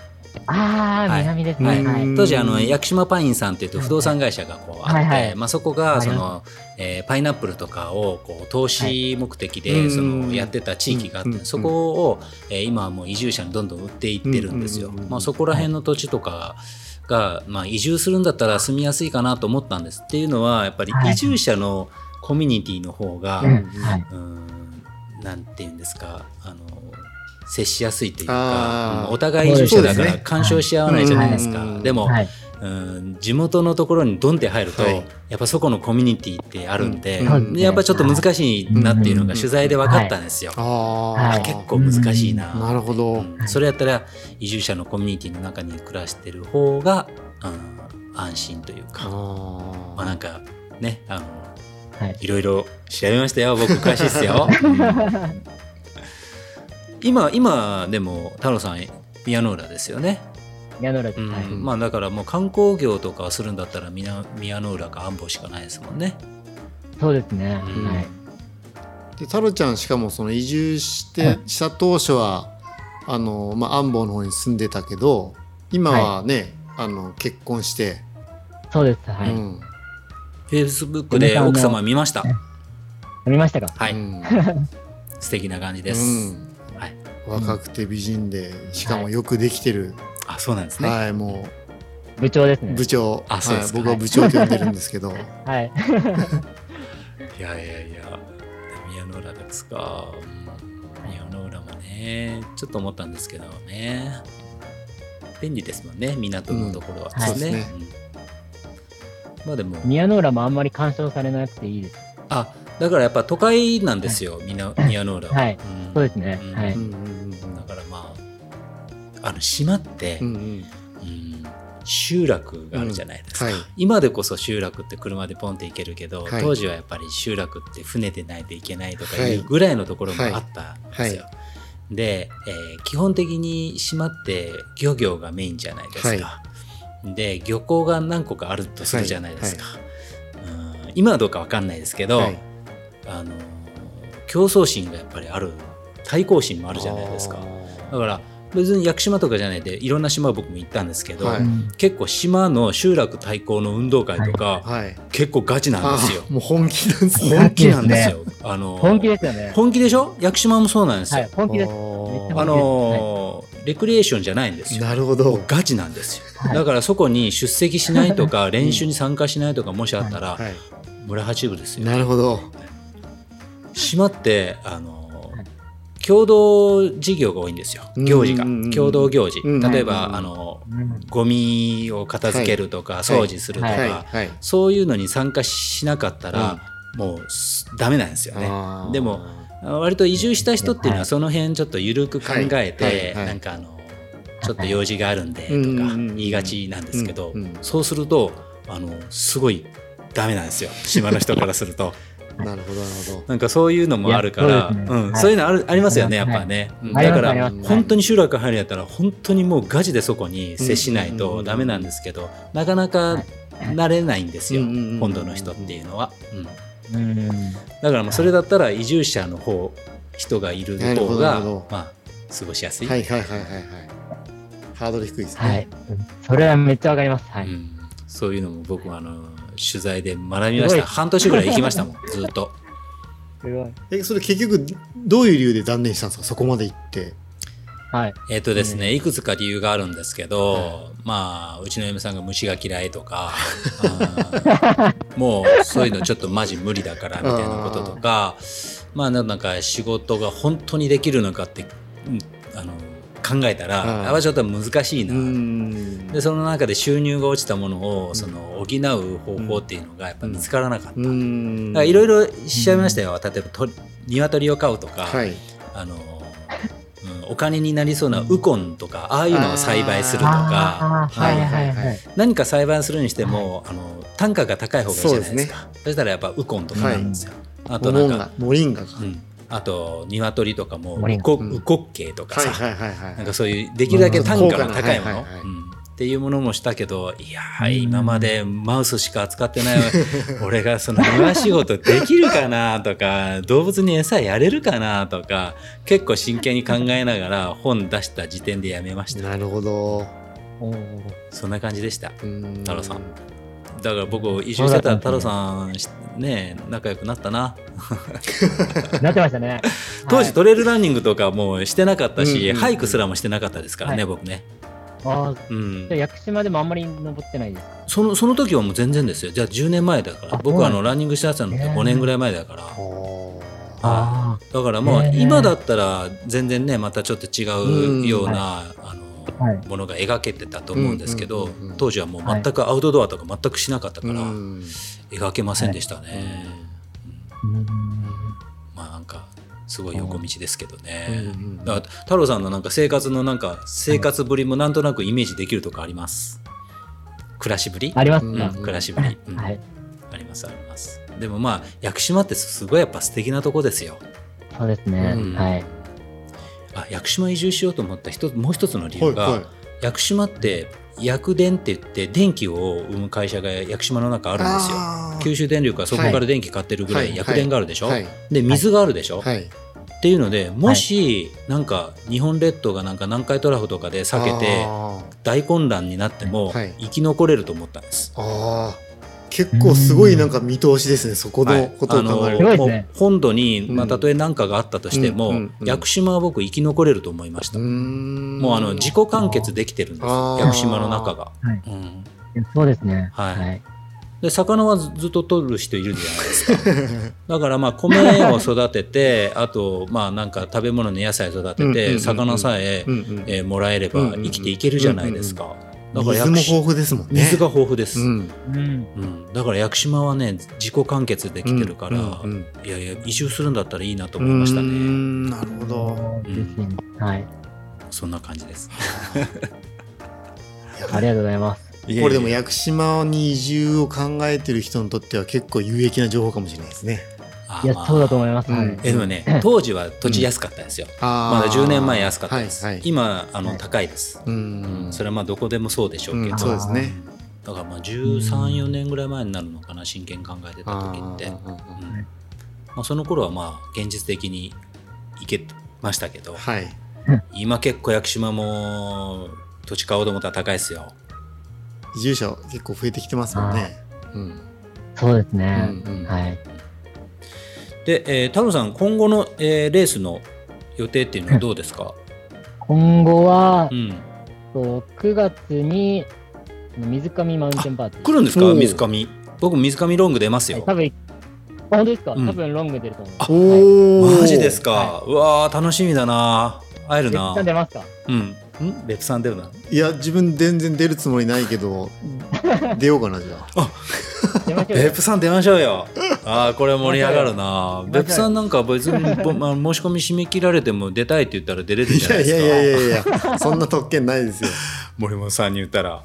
ああ、
はい
南ですね。
は
はいい。はい
当時あの屋久島パインさんっていうと不動産会社がこうあって、
はいはい
まあ、そこ
は
が
い
その、えーパイナップルとかをこう投資目的
はいう
で
ん
そのやってた地域があって、
うん
そこを、えー今はもう移住者にどんどん売っていってるんですよ。
うんうん
まあ、そこら辺の土地とかが、まあ、移住するんだったら住みやすいかなと思ったんですっていうのはやっぱり
はい
移住者のコミュニティの方が、
うんはい、
うーんなんていうんですかあの接しやすいという
あ
か
ー
うんお互い移住者だ
そう
か
です
ら
ね
干渉し合わないじゃないですか、
うん
でも、
はい。
うん地元のところにドンって入ると、
はい
やっぱそこのコミュニティってあるんで,、
うん
でやっぱちょっと難しいなっていうの
う
が
ん
取材で分かったんですよ、
あ。あ
は
あ
あ
い
結構難しいな、
なるほど。
うんそれやったら移住者のコミュニティの中に暮らしてる方が、うん安心というか、まあ、な
あ
んかねあの
はい。
いろいろ調べましたよ僕詳しいっすよ、うん今今でも太郎さん宮の浦ですよね、
宮野浦で
う
す。
ん
はい。
まあだからもう観光業とかするんだったら宮宮の浦か安保しかないですもんね
そうですね。
うん
はい。
あ。で太郎ちゃんしかもその移住して、
はい
した当初はあのまあ安房の方に住んでたけど、今はね、あの結婚して、
そうです。はい。
う
飲
ん。
フェイスブックで奥様見ました
みましたか
は
う
い
ん
素敵な感じです、
うん
はい
若くて美人で、しかもよくできてる、
あそうなんです
は
ね、
い、も
部長です
う
ね。
部長、
あそうですか
はい、僕は部長と呼んでるんですけど、
はい。
い、やいやいや宮の浦ですかうん宮の浦もねちょっと思ったんですけどね便利ですもんね港のところは
うん
ですね,、
はいそ
うんまあでも
宮野浦もあんまり干渉されなくていいです。
あだからやっぱ都会なんですよ、みな宮の浦は、
はい
ん
そうですね。
うん
は
う
い。
んうん
だからまああの島って、
う
うん
うんんうん
集落があるじゃないですか、
はい、
今でこそ集落って車でポンって行けるけど、
はい
当時はやっぱり集落って船でないといけないとか
はいいう
ぐらいのところもあったんですよ。
は
で、えー基本的に島って漁業がメインじゃないですか。で漁港が何個かあるとするじゃないですか。うん今はどうかわかんないですけど、
はい
あのー競争心がやっぱりある対抗心もあるじゃないですか。だから別に屋久島とかじゃないでいろんな島僕も行ったんですけど、
はいううん
結構島の集落対抗の運動会とか、
はい、
結構ガチなんですよ
あ。ーもう本気なんですね。
本気なんですよ。あの
本気ですよね。
本気でしょ屋久島もそうなんです
は
よ。
い。本気です。
お
めっち
ー
あ
ゃ
のーレクリエーションじゃないんですよ。
なるほど。
ガチなんですよ、
はい
だからそこに出席しないとか練習に参加しないとかもしあったら、
は
村八部です
い、
よ。
なるほど。
島ってあのー
はい
共同事業が多いんですよ
うん
行事が
うん
共同行事
うん
例えば、
うん
あのー
うん
ゴミを片付けるとか、掃除するとか、
はい、はい。
そういうのに参加しなかったら、もうすダメなんですよね。
あー
でも、割と移住した人っていうの
は
はいその辺ちょっと緩く考えて、
はいはいはい
なんかあのちょっと用事があるんでとか
うんうんうんうん
言いがちなんですけど、
うんうん
そうするとあのすごいダメなんですよ島の人からすると
なるほど、なるほど。
なんかそういうのもあるか
いや
ら
そうです
う
ね
ん
はい
そういうのあるありますよねやっぱね、うんだか
あり
ら
ますあります
本当に集落入るんやったら本当にもうガチでそこに接しないとダメなんですけど、なかなか慣れないんですよ、
うんうんうんうん
本土の人っていうのは。うん
うん
だからもうそれだったら移住者の方人がいる
なる
方
ほどな
が
るほど
まあ過ごしやすい、
はい、はい、はい、はい、はい。ハードル低いですね。
はい。それはめっちゃわかります。は
う
い。
ん、そういうのも僕はあの取材で学びまし
すごい
た半年ぐらい行きましたもん ずっと
すごい。
え、それ結局、どういう理由で断念したんですか、そこまで行って。
はい。
えっ、とですね、いくつか理由があるんですけど、まあ、うちの嫁さんが虫が嫌いと か、うんもうそういうのちょっとマジ無理だからみたいなこととか、まあ、なんか仕事が本当にできるのかって、うんあの、考えた
うん
ら、あはちょっと難しいな。
ん
で、その中で収入が落ちたものを、その補う方法っていうのがやっぱ見つからなかった。だ
ん
からいろいろしちゃいましたよ。例えば、と鶏を飼うとか、
はい
あの、うん、お金になりそうなウコンとかああいうのを栽培すると
あ
か
あ、はいはい
はい
は。
はい
何か栽培するにしても、あの単価が高い方がいいじゃないですかそしたらやっぱウコンとかなんですよ、あ
モ
となん
モン
か
ガ、モリンガか、
うん、あと鶏とかも
モリ
ウ
ンガ
コ,、
うん
ウコッケイとか
はい
さ、
はいはいはい
なんかそういうできるだけ単価の高いも
う
の、
ん高価なはいはいはい
うんっていうものもしたけどいやー今までマウスしか扱ってない 俺がその庭仕事できるかなとか動物に餌やれるかなとか結構真剣に考えながら本出した時点でやめました
なるほど
おー
そんな感じでした
うん
太郎さんだから僕移住してたら太郎さんしね仲良くなったな。
なってましたね
当時
はい
トレイルランニングとかもうしてなかった
うんう
し
んうん
ハイクすらもしてなかったですからね、
はい
僕ね、
あー
うん
じゃあ、屋久島でもあんまり登ってないですか。
そのその時はもう全然ですよじゃあ10年前だから
あ
僕
そう
はあ
なんだ
のランニングしてたのって5年ぐらい前だから、
おー
あだからもう
へー
今だったら全然ねまたちょっと違うような、
う
あ
ん
の
はい
ものが描けてたと思うんですけど、
うんうんうんうん
当時はもう全くアウトドアとか全くしなかったか
う
ら
ん
描けませんでしたね、
うん
まあなんかすごい横道ですけどね、
うんうんうん
だから太郎さんのなんか生活のなんか生活ぶりもなんとなくイメージできるとこあります暮らしぶり
あります
う
か
ん、暮らしぶり、うん
はい。
ありますありますでもまあ屋久島ってすごいやっぱ素敵なとこですよ
そうですね。
うん
はい。
あ屋久島移住しようと思った一つもう一つの理
は
由
い
が、
はい
屋久島って薬電って言って電気を生む会社が屋久島の中あるんですよ
あー
九州電力はそこから電気買ってるぐら
はいい
薬電があるでしょ、
はい
で水があるでしょ、
はい
っていうのでもしなんか日本列島がなんか南海トラフとかで避けて
あー
大混乱になっても
はい
生き残れると思ったんです。
あー結構すごいなんか見通しですねそこ
は
の
い
ことを考え
あ
ると、
すごいで
の
す
もう
ね
本土に、まあ、
うん
たとえ何かがあったとしても、
うんうんうん
屋久島は僕生き残れると思いました、
うーん
もうあの自己完結できてるんです
あー
屋久島の中が、
はい
うん
そうですね。
はい
はい。
で魚はずずっと取る人いるじゃないですか だからまあ米を育ててあとまあなんか食べ物の野菜育てて、
うんうんうんうん
魚さえ
う、んうん
えーもらえれば生きていけるじゃないですか、だから
水
屋
も
久島
豊富ですもんね
水が豊富です、
うん
うん。
うん、だから屋久島はね自己完結できてるから、
うんうん
いやいや移住するんだったらいいなと
うー
思いましたね
んなるほど
そうですね。はい。
そんな感じです
ありがとうございます。
これでも
や
屋久島に移住を考えてる人にとっては結構有益な情報かもしれないですね。
いや、そうだと
思う
思います。は
う
い
ん。
えでもね当時は土地安かったですよ、ま
ま
だ10年前安かったです、
はいはい、
今あの、
はい
高いです、
う
うん
ん、
それはまあどこでもそうでしょうけど、
うんそうですね。
だからまあ134年ぐらい前になるのかな真剣に考えてた時って、うん
あー
まあ、その頃はまあ現実的に行けましたけど
はい。
今結構屋久島も土地買おうと思ったら高いですよ
移住者結構増えてきてますもんね。うん。
そうですね
うんうん。
はい。
で、えー、太郎さん今後の、えーレースの予定っていうのはどうですか、
今後は
う、ん、
そう9月に、水上マウンテンパーティー。
来るんですか
おー
水上僕水上ロング出ます
はい
よ、
多分、あ本当ですか
うん
多分ロング出ると思います。はい
おー
マジですか、うわー楽しみだな会える
絶
な
対出ますか
うんんレプさん出るない
や、自分全然出るつもりないけど、出ようかな、じゃあ。
出ましょう
レ
よ
プさん出ましょうよあーこれ盛り上がるな
出ましょうよ
レプさんなんか別にぼ、まあ、申し込み締め切られても出たいって言ったら出れる
い
じゃな
や
いで
い
す
や
か
いやいやいや、そんな特権ないですよ。
森本さんに言ったら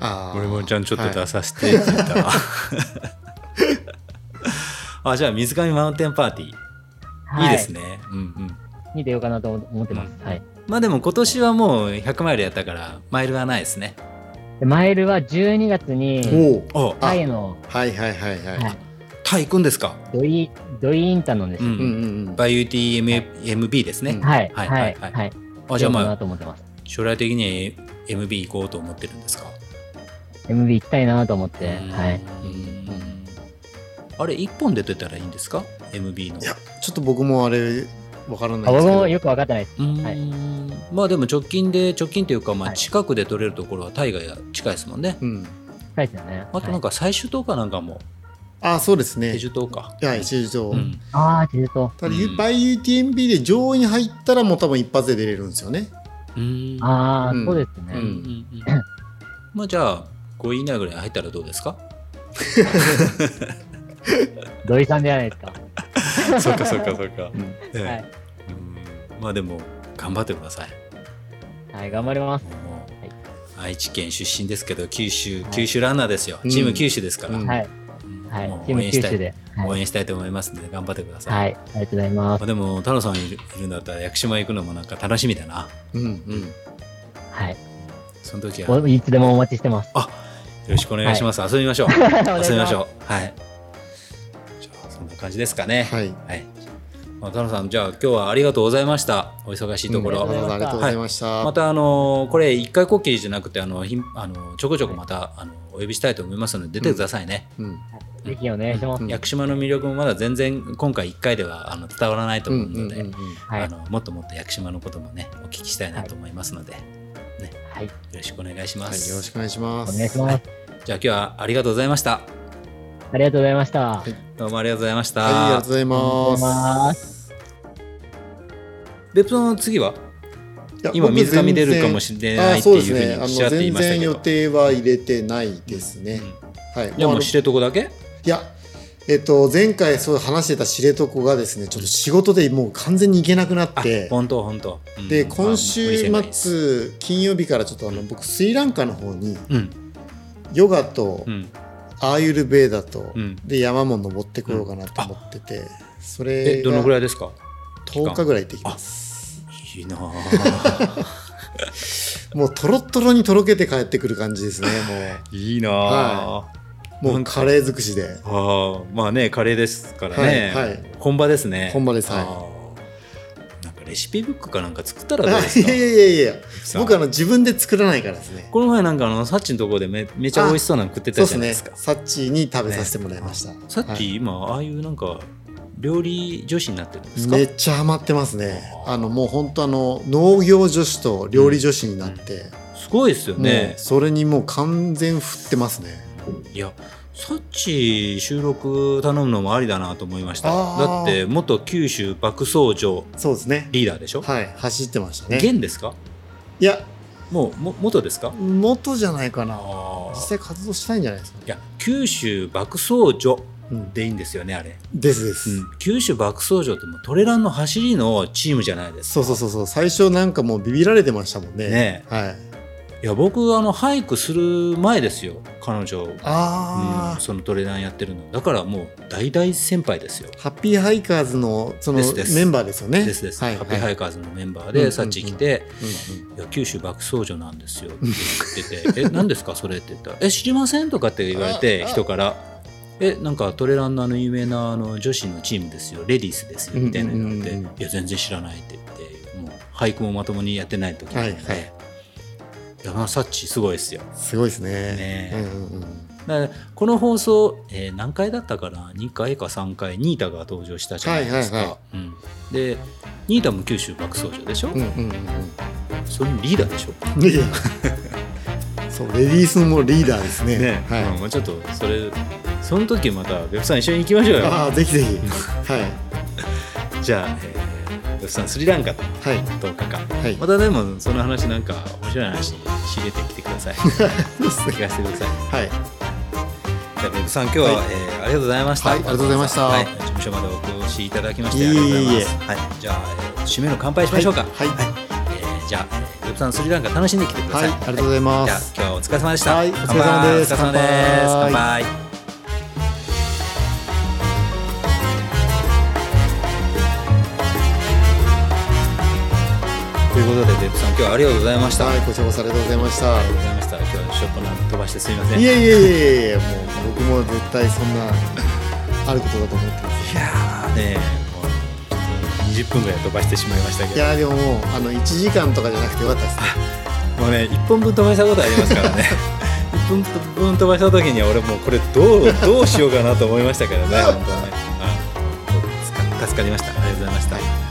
あー
森本ちゃんちょっと
は
出
い
させてって言ったら、 あじゃあ水上マウンテンパーティーいいです。ね、うんうん
はいに出ようかなと思思ってます。はい。
まあでも今年はもう100マイルやったからマイルはないですね
でマイルは12月に、
お
あ
ー
タイの、
はいはいはいはい。
はい
タイ行くんですか
ドイ、ドイインタノンです
う
ね。
うんうんんうん。
バイユーティー MB ですね、
はい、
は
はいい、
は
はいい、はい。
あじゃあ
出ようか
ま
な
あ
と思ってます。
将来的に MB 行こうと思ってるんですか、
MB 行きたいなと思って、はい。
うんあれ1本で出たらいいんですか MB の
いや、ちょっと僕もあれ、わからな
あ
いです
僕
けど。
もよく分かってないです。
うーんまあでも直近で直近というかまあ
はい
近くで取れるところはタイが近いですもんね、
うん。
近いですよね。
あとなん
か。
か最終島かなんかも
あ、そうですね
手。術島か、
はい、シー
う
ド。
ん、
ああ、地図と。
ただ、
うん
バイ UTMB で上位に入ったらもう多分一発で出れるんですよね。
うーん
ああ、
うん
そうです
うん
ね。
うんうん まあじゃあ5位以内ぐらいに入ったらどう ですか
土井さんじゃないですか。
そうかそうかそうか、ええ
はい。
うんまあでも頑張ってください
はい、頑張ります。
もう
はい
愛知県出身ですけど九州
はい
九州ランナーですよ、
うん
チーム九州ですから、
うん
はい。
うん
はい
も。う
チーム
応援し
九
たい
州で。
応
はい。
援したいと思いますので頑張ってください、
はい。ありがとうございます
まあ、。でも太郎さんいるいるんだったら屋久島行くのもなんか楽しみだな
うん、うん。
はい。
その時はよ
おいつでもお待ちしてます。
ろしくお願いします、遊びましょう
お願い
遊
し
びま
ま
し
す
ょうはいじゃあそんな感じですかね
はい。
はい、まあ、太郎さんじゃあ今日はありがとうございましたお忙しいところ、
うん
わざわざありがとうございました。
またあのーこれ一回こっきりじゃなくてあのひんあのちょこちょこまたあのお呼びしたいと思いますので出てくださいね、
うん。
ぜひお願いします
うん。
屋久島の魅力もまだ全然今回1回ではあの伝わらないと
うん、
思うので、
うん、うん。
はい。は
あ
い。
のもっともっと屋久島のこともねお聞きしたいなと思いますので、よろしくお願いしま
はい、
す、
よろしくお願いしま
お
す。
願いします。
じゃあ今日はありがとうございました
ありがとうございました。
どうもありがとうございました、
はい、ありがとうござい
ありがとうござい
ます。
ます。
別の次はい
や
今
僕
水上出るかもしれない
あ
って
そうです
い
ね
うふう
あ
にちらっ
の
と言い
全
ました
然
けど
予定は入れてないですね、はい
じゃあ
もう
も
あ
う
の
知床だけ
いやえっと前回そう話してた知床がですねちょっと仕事でもう完全に行けなくな
あ
って
本当本当、うん
で
まあ
今
無理
週
せんがいいです
末金曜日からちょっとあの僕スリランカの方に
うん
ヨガと
うん
アーユルベーダと
うん
で山も登ってこようかなと思っててそれ
えどのぐら
い
いですか
10日ぐらい行ってきます
いいな ぁ
もうとろっとろにとろけて帰ってくる感じですね
いいなぁ、
はもうもうカレー尽くしで
ああまあねカレーですからね、
はいはい
本場ですね
本場ですはい
いなんかレシピブックかなんか作ったらどうです
い
か
やいやいやいや
さあ
僕あの自分で作らないからですね
この前なんかあのサッチのところでめめちゃ美味しそうなの食って
そう
たじゃ
で
な
す
い
ね
ですか
サッチーに食べさせてもらいました、
サッチ、
はい
今ああいうなんか料理女子になってるんですか、
めっちゃハマってますねあのもう本当あの農業女子と料理女子になって、
すごいですよ
ね
ね、
それにもう完全振ってますね
いやサッチ収録頼むのもありだなと思いました
あー
だって元九州爆走城
そうですね
リーダーでしょ、
はい走ってましたね
現ですか
いや
もうも元ですか
元じゃないかな
あー
実際活動したいんじゃないですか、
いや九州爆走女
うん、
でいいんですよねあれ、
ですです、
九州爆走女ってもうトレランの走りのチームじゃないです
そうそうそうそう最初なんかもうビビられてましたもんね
ね
はい
いや僕あの俳句する前ですよ彼女、う
あ
ん
あ、
そのトレランやってるのだからもう大大先輩ですよ
ハッピーハイカーズのその
ですです
メンバーですよね
ですです、
はい
ハッピーハイカーズのメンバーで、
うんうんうん
サッチ来て、
うんうん
いや九州爆走女なんですよって言ってて「え何ですかそれ」って言ったら「え知りません?」とかって言われて
ああ
人から「えなんかトレランのあの有名なあの女子のチームですよレディースですよ」みたいなの言われて「
うんうんうんうん
いや全然知らない」って言ってもう俳句もまともにやってない時なので、
はいはい
いやまあサッチすごいですよ。
すごいですね。
ねえ
うんうんうん
だからこの放送、えー何回だったかな2回か3回ニータが登場したじゃないですか、
はいはいは
うん、でニータも九州爆走女でしょ、
うんうん
それのリーダーでしょ
う んいやそうレディースもリーダーですね。
ね、
はい。
うん、ちょっとそれその時またベフさん一緒に行きましょうよ
ああぜひぜひ。はい
じゃあ、えー、ベフさんスリランカと
はい
10日間
はい。
またでもその話なんか面白い話仕入れてきてくだ さい
そうですね
聞かせてください
はい
じゃあベフさん今日は、
は
え
い
ーありがとうございました、
はいありがとうございました
はい、事務所までお越しいただきまして
いえ
あ
い
りが
え
とう
いえ
ございますはい、じゃあ、えー締めの乾杯しましょうか、
はいは
えーじゃあ、えーベフさんスリランカ楽しんできてくだ
いは
さ
い
い、
ありがとうございま
じゃあ
す。
今日はお疲れ様でした、
はいお疲れ様です
乾杯お疲れ様です乾
乾杯
杯ということでデップさん今日はありがとうございました、
は
あ
いこちらこそありがとうございました。
りがとうございました今日はショットな飛ばしてすみません
い
や
えいえいえいえもう僕も絶対そんなあることだと思ってます。
ーねもうちょっと20分ぐらい飛ばしてしまいましたけ
い
ど
やでももうあの1時間とかじゃなくてよかったですね。
もうね1本分飛ばしたことありますからね1分分飛ばした時には俺もうこれどうどうしようかなと思いましたけどね本当ねあ助か助かりましたありがとうございました、